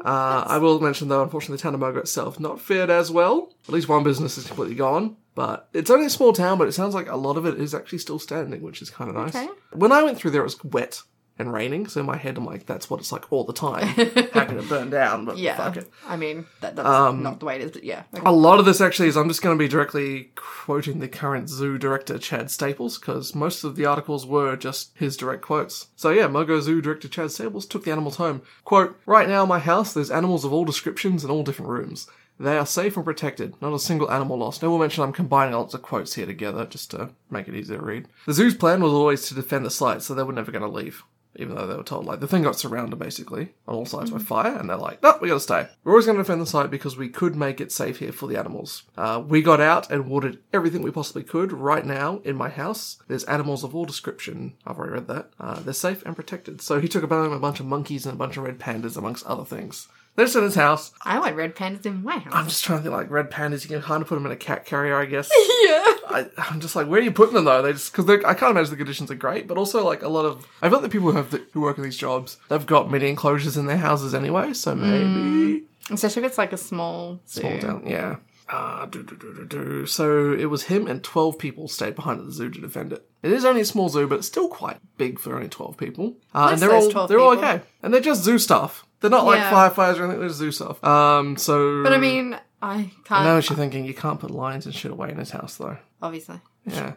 Uh, I will mention, though, unfortunately, the town of Mogo itself not fared as well. At least one business is completely gone. But it's only a small town, but it sounds like a lot of it is actually still standing, which is kind of nice.
Okay.
When I went through there, it was wet and raining, so in my head, I'm like, that's what it's like all the
*laughs*
time. How can it burn down? But
Yeah,
fuck it. Um,
I mean that, that's not the way it is, but yeah. Okay.
A lot of this actually is, I'm just going to be directly quoting the current zoo director, Chad Staples, because most of the articles were just his direct quotes. So yeah, Mogo Zoo director Chad Staples took the animals home. Quote, Right now in my house, there's animals of all descriptions in all different rooms. They are safe and protected, not a single animal lost. No will mention I'm combining lots of quotes here together just to make it easier to read. The zoo's plan was always to defend the site, so they were never going to leave even though they were told like the thing got surrounded basically on all sides by fire and they're like no we gotta stay we're always gonna defend the site because we could make it safe here for the animals uh, we got out and watered everything we possibly could right now in my house there's animals of all description i've already read that uh, they're safe and protected so he took about a bunch of monkeys and a bunch of red pandas amongst other things they're just in his house
I want red pandas in my house.
i'm just trying to think like red pandas you can kind of put them in a cat carrier i guess *laughs*
yeah.
I, I'm just like, where are you putting them though? They just because I can't imagine the conditions are great, but also like a lot of I feel like the people who have the, who work in these jobs they've got mini enclosures in their houses anyway, so
Mm,
maybe
Especially if it's like a small zoo.
fall down, yeah. Uh, do, do, do, do, do. So it was him and 12 people stayed behind at the zoo to defend it. It is only a small zoo, but it's still quite big for only 12 people. Uh,
Bless
and they're
those
all
12
they're all
people.
okay, and they're just zoo staff. They're not like
Yeah.
firefighters or anything. They're just zoo staff. Um, so
But I mean, I
I know
can't
what you're thinking. You can't put lions and shit away in his house though.
obviously.
Yeah.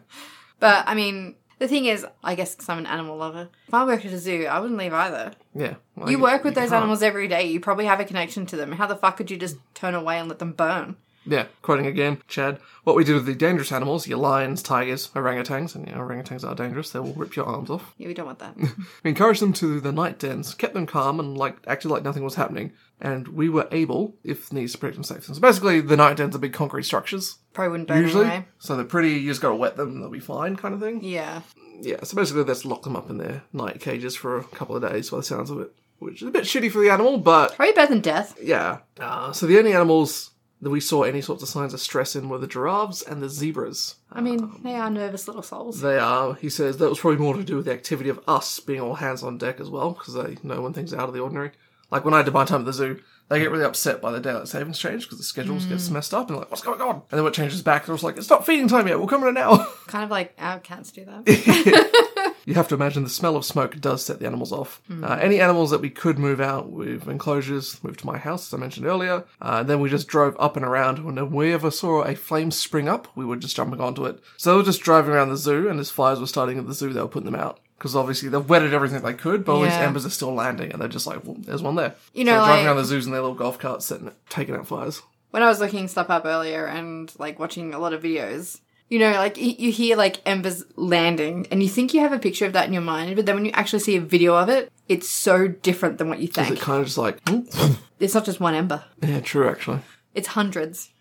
But I mean, the thing is, I guess 'cause I'm an animal lover. If I worked at a zoo, I wouldn't leave either.
Yeah. Well,
You work with those
can't.
animals every day. You probably have a connection to them. How the fuck could you just turn away and let them burn?
Yeah, quoting again, Chad. What we did with the dangerous animals, your lions, tigers, orangutans, and you know, orangutans are dangerous, they will rip your arms off.
Yeah, we don't want that. *laughs*
We encouraged them to the night dens, kept them calm and like acted like nothing was happening, and we were able, if needs, to protect them safely. So basically the night dens are big concrete structures,
Probably wouldn't burn
usually.
anyway.
So they're pretty you just gotta wet them and they'll be fine kind of thing.
Yeah.
Yeah, so basically let's lock them up in their night cages for a couple of days by the sounds of it. Which is a bit shitty for the animal, but
Probably better than death.
yeah. Uh, so the only animals that we saw any sorts of signs of stress in were the giraffes and the zebras.
I mean, they are nervous little souls.
They are, he says, that was probably more to do with the activity of us being all hands on deck as well, because they know when things are out of the ordinary. Like when I did my time at the zoo, they get really upset by the daylight savings change because the schedules gets messed up and they're like, what's going on? And then when it changes back, they're just like, it's not feeding time yet, we'll come in an hour. *laughs*
Kind of like our cats do that.
You have to imagine the smell of smoke does set the animals off.
Hmm.
Uh, any animals that we could move out with enclosures moved to my house, as I mentioned earlier. Uh, then we just drove up and around. When we ever saw a flame spring up, we were just jumping onto it. So they were just driving around the zoo, and as fires were starting at the zoo, they were putting them out. Because obviously they've wetted everything they could, but all these
Yeah.
embers are still landing, and they're just like, well, there's one there.
You
So
know,
they're driving
like-
around the zoos in their little golf carts, setting, taking out fires.
when I was looking stuff up earlier and like watching a lot of videos, you know, like y- you hear like embers landing and you think you have a picture of that in your mind, but then when you actually see a video of it, it's so different than what you
Is it
think.
kind of just like, *laughs*
It's not just one ember,
yeah, true, actually.
it's hundreds.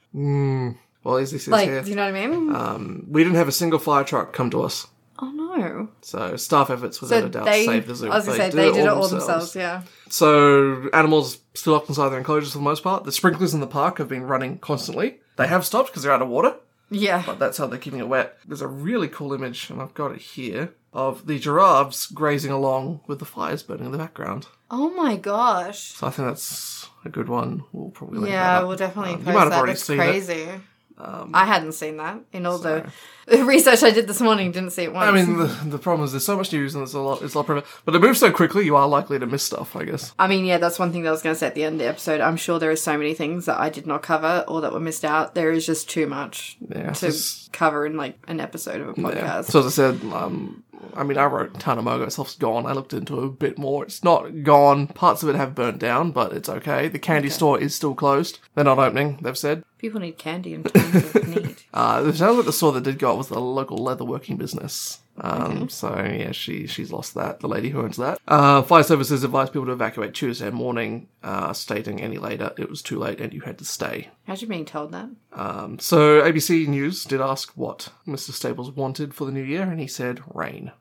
Well, as he says
Like,
here, Uh, um,
do you know what I mean?
we didn't have a single fire truck come to us.
oh no.
So staff efforts, without
So
a doubt,
they,
saved the zoo.
I was gonna say, they did it all themselves, yeah.
So animals still up inside their enclosures for the most part. The sprinklers in the park have been running constantly. They have stopped because they're out of water.
Yeah.
That's how they're keeping it wet. There's a really cool image, and I've got it here, of the giraffes grazing along with the fires burning in the background.
Oh my gosh.
So I think that's a good one. We'll probably link that
Yeah,
up.
we'll definitely
Um, you
post
might have
that.
already
That's
seen it. Um,
crazy. I hadn't seen that in all the *laughs* research I did this morning. Didn't see it once.
I mean, the, the problem is there's so much news and there's a lot. It's a lot, of- but it moves so quickly. You are likely to miss stuff, I guess.
I mean, yeah, that's one thing that I was going to say at the end of the episode. I'm sure there are so many things that I did not cover or that were missed out. There is just too much
Yeah, it's
to
just-
cover in like an episode of a
Yeah.
podcast.
So as I said, um, I mean, I wrote Tanamogo itself's gone. I looked into it a bit more. It's not gone. Parts of it have burnt down, but it's okay. The candy store is still closed. They're not opening. They've said. *laughs*
People need candy in times of need.
Uh, the sounds like the store that did go out was the local leatherworking business. Um, So yeah, she she's lost that. The lady who owns that. Uh, fire services advised people to evacuate Tuesday morning, uh, stating any later it was too late and you had to stay.
Imagine being told that.
Um, so ABC News did ask what Mr. Staples wanted for the new year, and he said rain.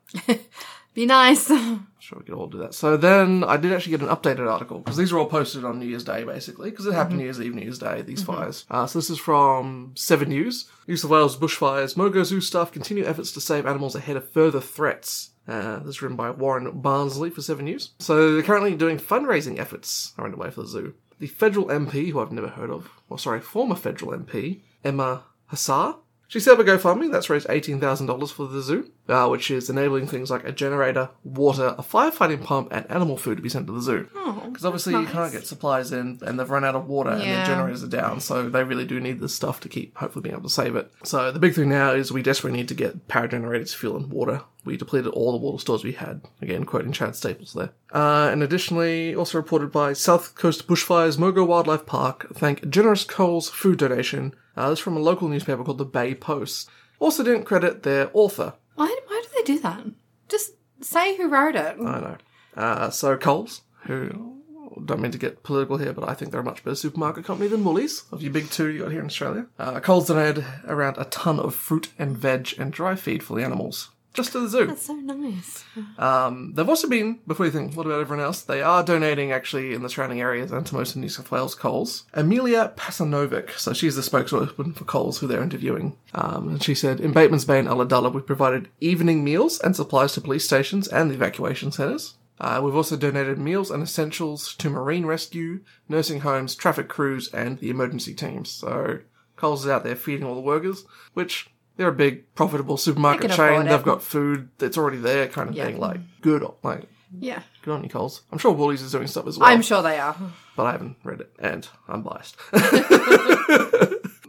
Be nice. *laughs*
Sure, we could all do that. So then I did actually get an updated article because these were all posted on New Year's Day, basically, because it happened New Year's Eve, New Year's Day, these fires. Uh, so this is from Seven News. New South Wales bushfires. Mogo Zoo staff continue efforts to save animals ahead of further threats. Uh, this is written by Warren Barnsley for Seven News. So they're currently doing fundraising efforts are underway for the zoo. The federal MP, who I've never heard of, well, sorry, former federal MP, Emma Hassar, she set up a GoFundMe that's raised eighteen thousand dollars for the zoo, uh, which is enabling things like a generator, water, a firefighting pump, and animal food to be sent to the zoo.
Oh,
Because obviously you can't get supplies in, and they've run out of water, and their
Yeah.
generators are down, so they really do need this stuff to keep hopefully being able to save it. So the big thing now is we desperately need to get power generators, fuel, and water. We depleted all the water stores we had. Again, quoting Chad Staples there. Uh, and additionally, also reported by South Coast Bushfires Mogo Wildlife Park thank generous Coles food donation. Uh, this is from a local newspaper called the Bay Post. Also didn't credit their author.
Why, why do they do that? Just say who wrote it.
I know. Uh, so Coles, who don't mean to get political here, but I think they're a much better supermarket company than Woolies, of your big two you got here in Australia. Uh, Coles donated around a ton of fruit and veg and dry feed for the animals, just to the zoo.
That's so nice.
Um, they've also been, before you think, what about everyone else? They are donating actually in the surrounding areas and to most of New South Wales Coles. Amelia Pasanovic, so she's the spokeswoman for Coles who they're interviewing. Um, and she said, in Bateman's Bay and Ulladulla, we've provided evening meals and supplies to police stations and the evacuation centres. Uh, we've also donated meals and essentials to marine rescue, nursing homes, traffic crews, and the emergency teams. So Coles is out there feeding all the workers, which they're a big, profitable supermarket
They can
chain.
afford it.
They've got food that's already there, kind of
Yeah.
thing. Like good, on- like
Yeah.
good on you, Coles. I'm sure Woolies is doing stuff as well,
I'm sure they are.
but I haven't read it, and I'm biased. *laughs*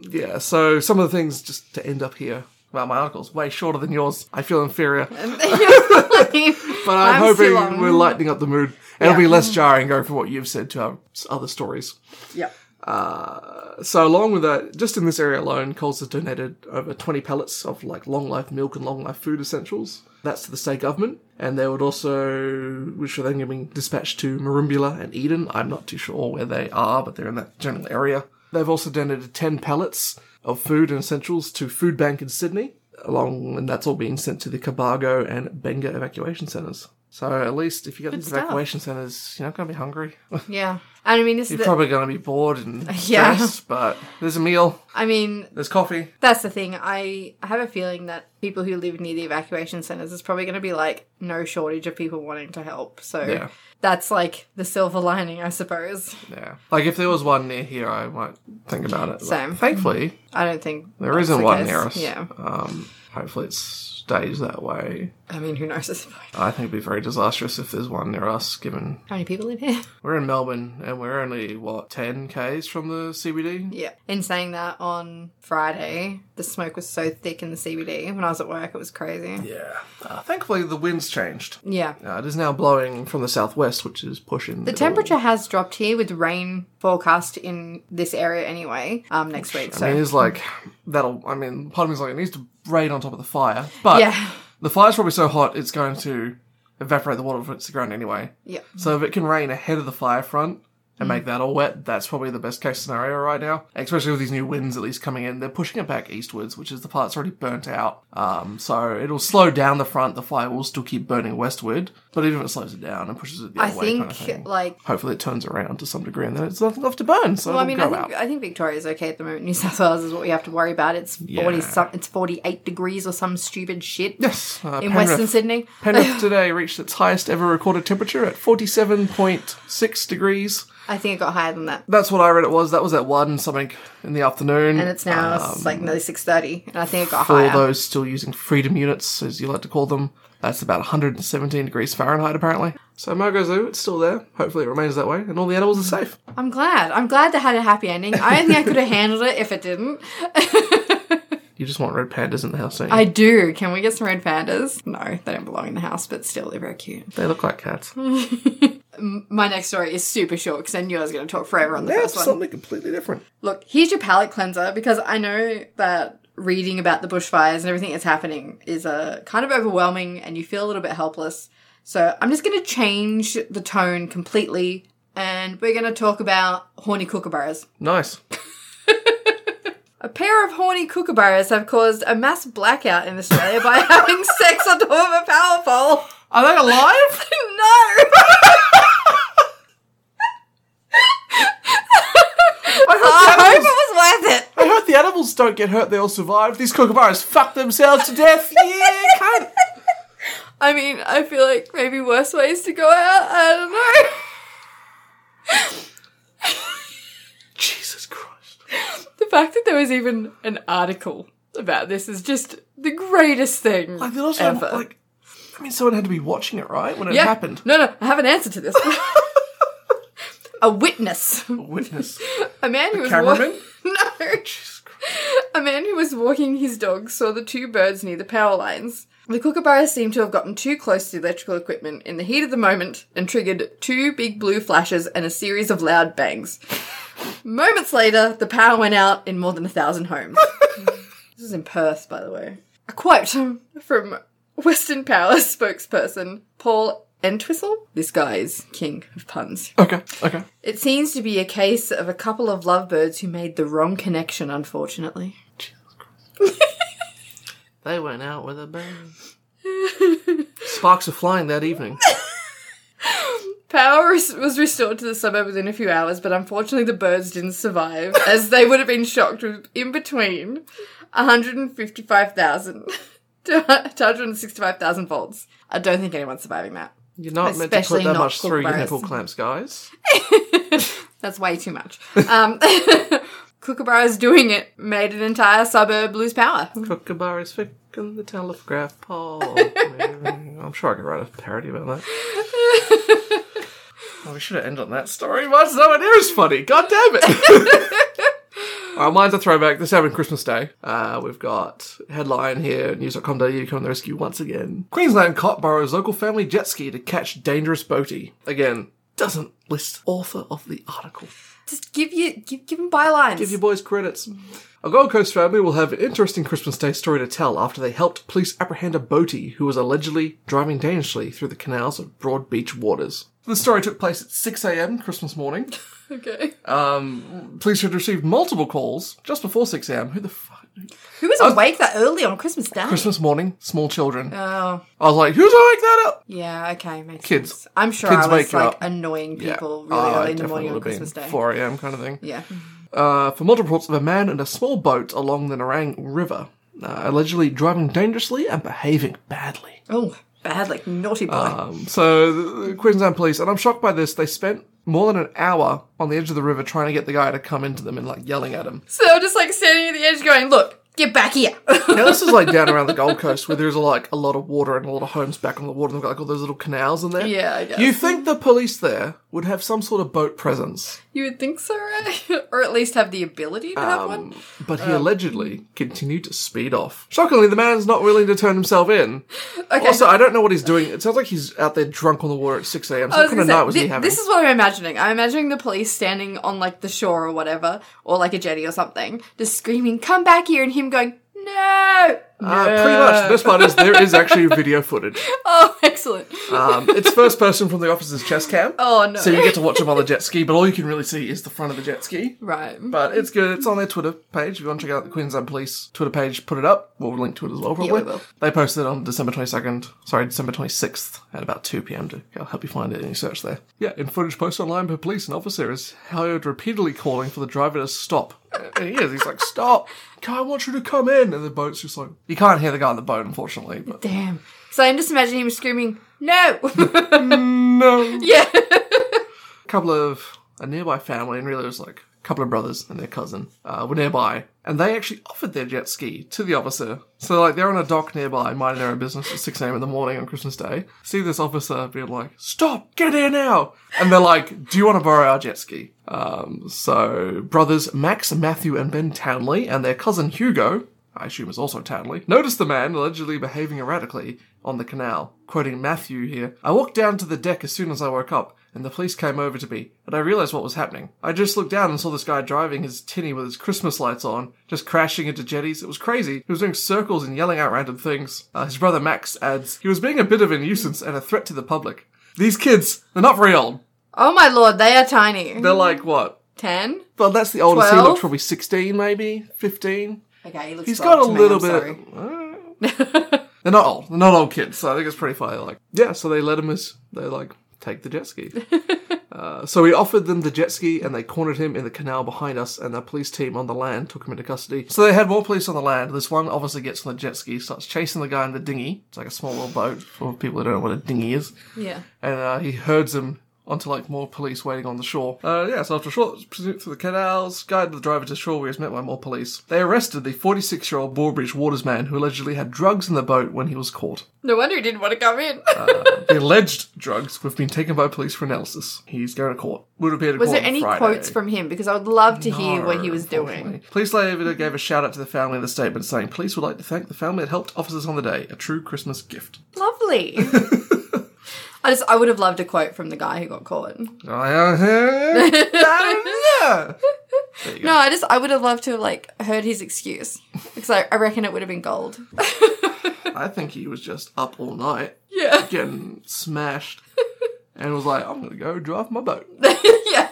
yeah. So some of the things just to end up here. Wow, my article's way shorter than yours. I feel inferior.
Um,
*laughs* But I'm, hoping we're lightening up the mood. It'll be
Yeah.
less jarring going from what you've said to our s- other stories.
Yep.
So along with that, just in this area alone, Coles has donated over 20 pallets of like long life milk and long life food essentials. That's to the state government, and they would also, which are then being dispatched to Marumbula and Eden. I'm not too sure where they are, but they're in that general area. They've also donated 10 pallets of food and essentials to Food Bank in Sydney, along, and that's all being sent to the Cabargo and Benga evacuation centres. So at least if you get these
stuff.
evacuation centres, you're not going to be hungry. *laughs*
Yeah. And I mean, this is
You're
the,
probably going to be bored and
*laughs* Yeah.
stressed, but there's a meal.
I mean,
There's coffee.
that's the thing. I have a feeling that people who live near the evacuation centers is probably going to be like no shortage of people wanting to help. So
Yeah.
that's like the silver lining, I suppose.
Yeah. Like if there was one near here, I might think about it.
Same.
Like, thankfully,
I don't think
there
that's
isn't
the
one
case.
near us.
Yeah.
Um, hopefully it stays that way.
I mean, who knows? *laughs* at this point.
I think it'd be very disastrous if there's one near us, given
How many people live here? *laughs*
we're in Melbourne and we're only, what, 10 Ks from the CBD?
Yeah. In saying that, on Friday, the smoke was so thick in the CBD. When I was at work, it was crazy.
Yeah. Uh, thankfully, the wind's changed.
Yeah.
Uh, it is now blowing from the southwest, which is pushing
The temperature has dropped here with rain forecast in this area anyway um, next week. So,
I mean, it's like that'll. I mean, part of me's like it needs to rain on top of the fire, but
yeah.
the fire's probably so hot it's going to evaporate the water from its ground anyway.
Yeah.
So if it can rain ahead of the fire front and
Mm.
make that all wet, that's probably the best case scenario right now. Especially with these new winds at least coming in, they're pushing it back eastwards, which is the part that's already burnt out. Um, so it'll slow down the front. The fire will still keep burning westward, but even if it slows it down and pushes it the
I
other way, kind
think,
of thing.
like,
Hopefully it turns around to some degree and then it's nothing left to burn, so
well, I
it'll
mean,
go
I think, uh,
out.
I think Victoria's okay at the moment. New South Wales is what we have to worry about. It's 40
Yeah.
some, it's 48 degrees or some stupid shit
Yes, uh,
in
Penrith-
Western Sydney.
*laughs* Penrith today reached its highest ever recorded temperature at 47.6 degrees.
I think it got higher than that.
That's what I read it was. That was at 1 something in the afternoon.
And it's now it's like nearly 6.30, and I think it got
Um, For
higher.
those still using freedom units, as you like to call them, that's about 117 degrees Fahrenheit apparently. So Margot Zoo, it's still there. Hopefully it remains that way and all the animals are safe.
I'm glad. I'm glad they had a happy ending. I don't think I could have handled it if it didn't. *laughs*
You just want red pandas in the house, don't you?
I do. Can we get some red pandas? No, they don't belong in the house, but still, they're very cute.
they look like cats.
Hmm. My next story is super short because I knew I was going to talk forever on the
That's
first one.
something completely different.
Look, here's your palate cleanser because I know that reading about the bushfires and everything that's happening is uh, kind of overwhelming and you feel a little bit helpless. So I'm just going to change the tone completely and we're going to talk about horny kookaburras. *laughs*
Nice.
A pair of horny kookaburras have caused a mass blackout in Australia
*laughs*
by having sex on top of a power pole.
Are they alive?
*laughs*
*laughs*
no! I hope it was worth it.
I hope the animals don't get hurt. They all survive. These kookaburras fuck themselves to
*laughs*
death. Yeah, cunt.
I mean, I feel like maybe worse ways to go out. I don't know. *laughs*
Jesus Christ.
The fact that there was even an article about this is just the greatest thing
Like, they also
ever.
like, I mean, someone had to be watching it, right? When it
Yeah.
happened.
No, no, I have an answer to this. *laughs* a witness, *laughs*
Witness.
a man who was wa-
Cameraman?
*laughs* no,
Jesus Christ.
a man who was walking his dog saw the two birds near the power lines. The kookaburras seemed to have gotten too close to the electrical equipment in the heat of the moment and triggered two big blue flashes and a series of loud bangs. *laughs* Moments later, the power went out in more than a thousand homes. this is in Perth, by the way. A quote from Western Power spokesperson Paul Entwistle. This guy is king of puns.
Okay, okay.
It seems to be a case of a couple of lovebirds who made the wrong connection, unfortunately.
They went out with a
*laughs*
bang. Sparks were flying that evening.
Power res- was restored to the suburb within a few hours, but unfortunately the birds didn't survive, *laughs* as they would have been shocked with in between 155,000 *laughs* to 265,000 volts. I don't think anyone's surviving that. *laughs*
You're not meant to
Especially
put that
not
much through your
kookaburras.
nipple clamps, guys.
That's way too much. Um, *laughs* Kookaburra's doing it made an entire suburb lose power.
Kookaburra is thick on the telegraph *laughs* pole. I'm sure I could write a parody about that. Oh, we should have ended on that story. Why is no one here is funny? God damn it! *laughs* Alright, mine's a throwback. This happened Christmas Day. Uh, we've got headline here, news.com.au coming to the rescue once again. Queensland cop borrows local family jet ski to catch dangerous boatie. Again, doesn't list author of the article.
Just give you give, give them bylines.
Give your boys credits. A Gold Coast family will have an interesting Christmas Day story to tell after they helped police apprehend a boatie who was allegedly driving dangerously through the canals of Broad Beach waters. The story took place at 6am Christmas morning.
okay.
Um, police had received multiple calls just before 6am. Who the fuck?
Who was awake that early on Christmas Day?
Christmas morning, small children.
oh.
I was like, who's awake that up?
Yeah, okay, makes
Kids.
sense. I'm sure
Kids
I was
wake you
like
up.
annoying people
Oh,
really
I
early in the
definitely
morning on
would've been
Christmas Day.
4am kind of thing.
Yeah.
uh, for multiple reports of a man in a small boat along the Narang River, uh, allegedly driving dangerously and behaving badly.
Oh, bad, like naughty boy.
Um, so the the Queensland police, and I'm shocked by this, they spent more than an hour on the edge of the river trying to get the guy to come into them and like yelling at him.
so I'm just like standing at the edge going, look, get back here. *laughs*
Now this is like down around the Gold Coast where there's like a lot of water and a lot of homes back on the water. and They've got like all those little canals in there.
Yeah, I guess.
You think the police there would have some sort of boat presence?
you would think so, right? *laughs* or at least have the ability to have
Um,
one.
But
Um,
he allegedly continued to speed off. Shockingly, the man's not willing to turn himself in.
Okay.
Also, I don't know what he's doing. It sounds like he's out there drunk on the water at 6 a.m. So
I
what
was
kind of
gonna
night
say,
was he
thi-
having?
this is what I'm imagining. I'm imagining the police standing on like the shore or whatever, or like a jetty or something, just screaming, "Come back here!" and him going, "No!" *laughs*
uh, pretty much. The best part is there is actually video footage.
Oh, *laughs* excellent.
Um, it's first person from the officer's chest cam.
Oh no.
So you get to watch him on the jet ski, but all you can really see is the front of the jet ski.
right.
But it's good. It's on their Twitter page. If you want to check out the Queensland Police Twitter page, put it up. We'll link to it as well, probably.
we will.
They posted it on December 22nd, sorry, December 26th at about 2 p.m. to I'll help you find it in your search there. Yeah, in footage posted online by police, an officer is heard repeatedly calling for the driver to stop. And he is. He's like, stop. I want you to come in. And the boat's just like, you can't hear the guy on the boat, unfortunately. But
Damn. So I'm just imagining him screaming, "No!" *laughs*
no.
yeah.
couple of a nearby family, and really it was like a couple of brothers and their cousin uh, were nearby, and they actually offered their jet ski to the officer. So like they're on a dock nearby, minding their own business at six a.m. in the morning on Christmas Day. See this officer being like, "Stop! Get here now!" And they're like, "Do you want to borrow our jet ski?" Um, so brothers Max, Matthew, and Ben Townley, and their cousin Hugo. I assume is also Townley, noticed the man allegedly behaving erratically on the canal. Quoting Matthew here, I walked down to the deck as soon as I woke up and the police came over to me, and I realized what was happening. I just looked down and saw this guy driving his tinny with his Christmas lights on, just crashing into jetties. It was crazy. He was doing circles and yelling out random things. Uh, his brother Max adds, he was being a bit of a nuisance and a threat to the public. These kids, they're not very old.
Oh my lord, they are tiny.
They're like, what?
Ten.
Well, that's the oldest he
Twelve?
looks probably 16, maybe 15.
Okay, he looks.
He's
twelve
got a
to me,
little
I'm
bit. Uh,
sorry. *laughs*
They're not old. They're not old kids, so I think it's pretty funny. Like, yeah, so they let him as they like take the jet
*laughs*
ski. uh, so we offered them the jet ski, and they cornered him in the canal behind us. And the police team on the land took him into custody. So they had more police on the land. This one obviously gets on the jet ski, starts chasing the guy in the dinghy. It's like a small little boat for people who don't know what a dinghy is
Yeah.
and uh, he herds them onto like more police waiting on the shore. Uh, yeah, so after a short pursuit through the canals, guided the driver to shore where he was met by more police. They arrested the 46 year old Borbridge Waters man who allegedly had drugs in the boat when he was caught.
No wonder he didn't want to come in.
Uh,
*laughs*
the alleged drugs have been taken by police for analysis. He's going to court. Would appear to
was
court
there
on
any
Friday.
quotes from him? Because I would love to hear what he
No,
was doing.
unfortunately. Police later gave a shout out to the family in the statement saying, Police would like to thank the family that helped officers on the day, a true Christmas gift. *laughs*
Lovely. I just I would have loved a quote from the guy who got caught.
uh, *laughs* you
No, I just I would have loved to have like heard his excuse because I, I reckon it would have been gold. *laughs*
I think he was just up all night
yeah, *laughs*
getting smashed and was like, I'm gonna go drive my boat.
yeah.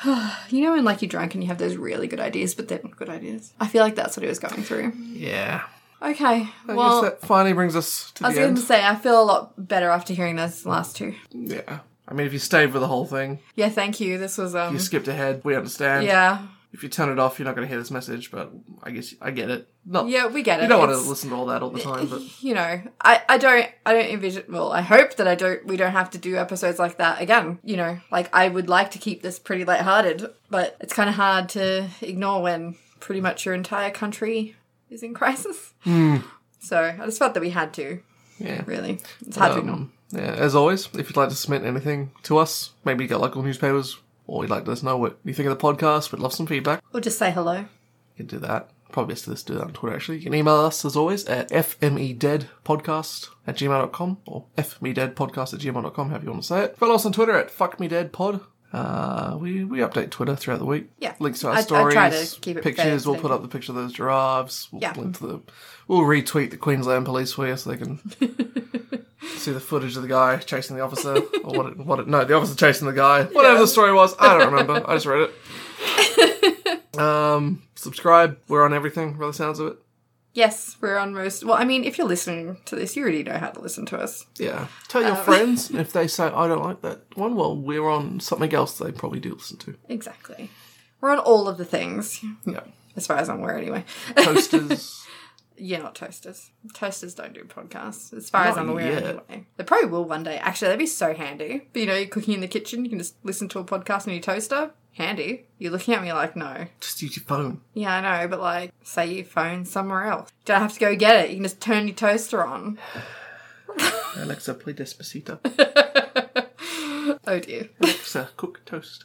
*sighs* you know when like you're drunk and you have those really good ideas, but they're not good ideas. I feel like that's what he was going through.
Yeah.
Okay,
I
well,
guess that finally brings us to
I was
the
going
end.
to say I feel a lot better after hearing those last two.
Yeah. I mean, if you stayed with the whole thing,
Yeah, thank you. This was um,
you skipped ahead. We understand.
yeah,
If you turn it off, you're not gonna hear this message. But I guess I get it. Not
yeah. We get it.
you don't want to
It's-
listen to all that all the time.
*laughs*
But
you know, I, I don't I don't envision well, I hope that I don't we don't have to do episodes like that again. You know, like I would like to keep this pretty lighthearted, but it's kind of hard to ignore when pretty much your entire country is in *laughs* crisis. So I just felt that we had to.
Hmm. Yeah.
Really, it's hard to ignore.
um, yeah. As always, if you'd like to submit anything to us, maybe you got local newspapers, or you'd like to let us know what you think of the podcast. We'd love some feedback.
Or just say hello.
You can do that. Probably best to just do that on Twitter, actually. You can email us, as always, at fmedeadpodcast at gmail.com or fmedeadpodcast at gmail.com, however you want to say it. Follow us on Twitter at fuckmedeadpod. Uh, we, we update Twitter throughout the week.
Yeah.
Links to our
I- I
stories,
try to keep it
pictures.
fair,
We'll put up the picture of those giraffes. We'll
Yeah.
link to the... We'll retweet the Queensland police for you so they can see the footage of the guy chasing the officer. or what it, what it... No, the officer chasing the guy. Whatever the story was. I don't remember. I just read it. Um, subscribe. We're on everything, by the sounds of it.
Yes, we're on most. Well, I mean, if you're listening to this, you already know how to listen to us.
Yeah. Tell your friends if they say, I don't like that one. Well, we're on something else they probably do listen to.
Exactly. We're on all of the things,
Yeah.
as far as I'm aware, anyway. *laughs*
Toasters.
Yeah, not toasters. Toasters don't do podcasts, as far as
Not
I'm aware.
yet.
Anyway, they probably will one day. Actually, that'd be so handy. But you know, you're cooking in the kitchen, you can just listen to a podcast on your toaster. Handy. You're looking at me like, no.
Just use your phone.
Yeah, I know, but like, say your phone somewhere else. Don't have to go get it. You can just turn your toaster on. *laughs*
Alexa, play Despacito.
Oh dear.
Alexa, cook toast.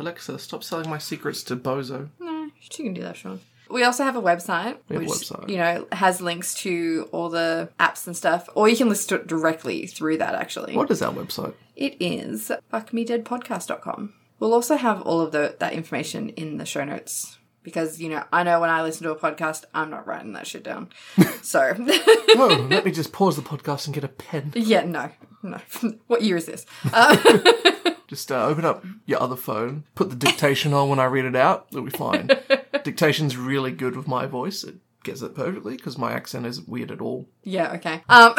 Alexa, stop selling my secrets to Bozo.
No, she can do that, Sean. We also have a website,
We have a
which
website.
you know has links to all the apps and stuff, or you can listen to it directly through that. Actually,
What is our *laughs* website?
It is fuckmedeadpodcast.com. We'll also have all of the, that information in the show notes because, you know, I know when I listen to a podcast, I'm not writing that
*laughs*
shit down. so, *laughs*
Whoa, let me just pause the podcast and get a pen.
yeah, no, no. *laughs* what year is this? Uh,
Just uh, open up your other phone, put the dictation on when I read it out. It'll be *laughs* fine. Dictation's really good with my voice. It gets it perfectly because my accent isn't weird at all.
yeah, okay. Um, *laughs*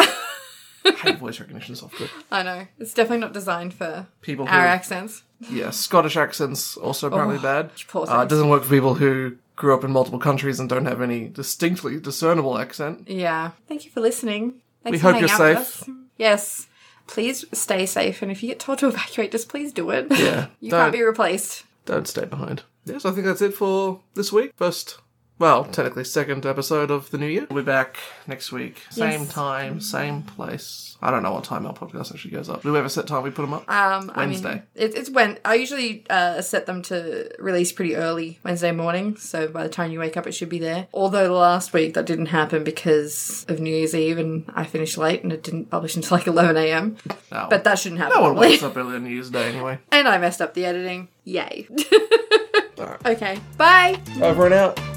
I *laughs* hate voice recognition software.
I know. It's definitely not designed for
People who
our accents.
yeah, Scottish accents also apparently bad. Uh,
poor
it
things.
doesn't work for people who grew up in multiple countries and don't have any distinctly discernible accent.
Yeah. Thank you for listening. Thanks
We
for
hope
hanging
you're
out
safe.
With us. Yes. Please stay safe. And if you get told to evacuate, just please do it.
Yeah,
*laughs* you
don't
can't be replaced.
don't stay behind. Yes, I think that's it for this week. First well, technically second episode of the new year. We'll be back next week. Same
Yes.
time, same place. I don't know what time our podcast actually goes up. Do we have a set time we put them up?
Um, I mean,
Wednesday.
it, it's when I usually uh, set them to release pretty early Wednesday morning, so by the time you wake up, it should be there. Although last week that didn't happen because of New Year's Eve, and I finished late, and it didn't publish until like *laughs* eleven a.m.
no.
But that shouldn't happen.
no one
probably. *laughs*
wakes up early on New Year's Day anyway.
And I messed up the editing. Yay. *laughs*
Alright.
okay. Bye.
Over and out.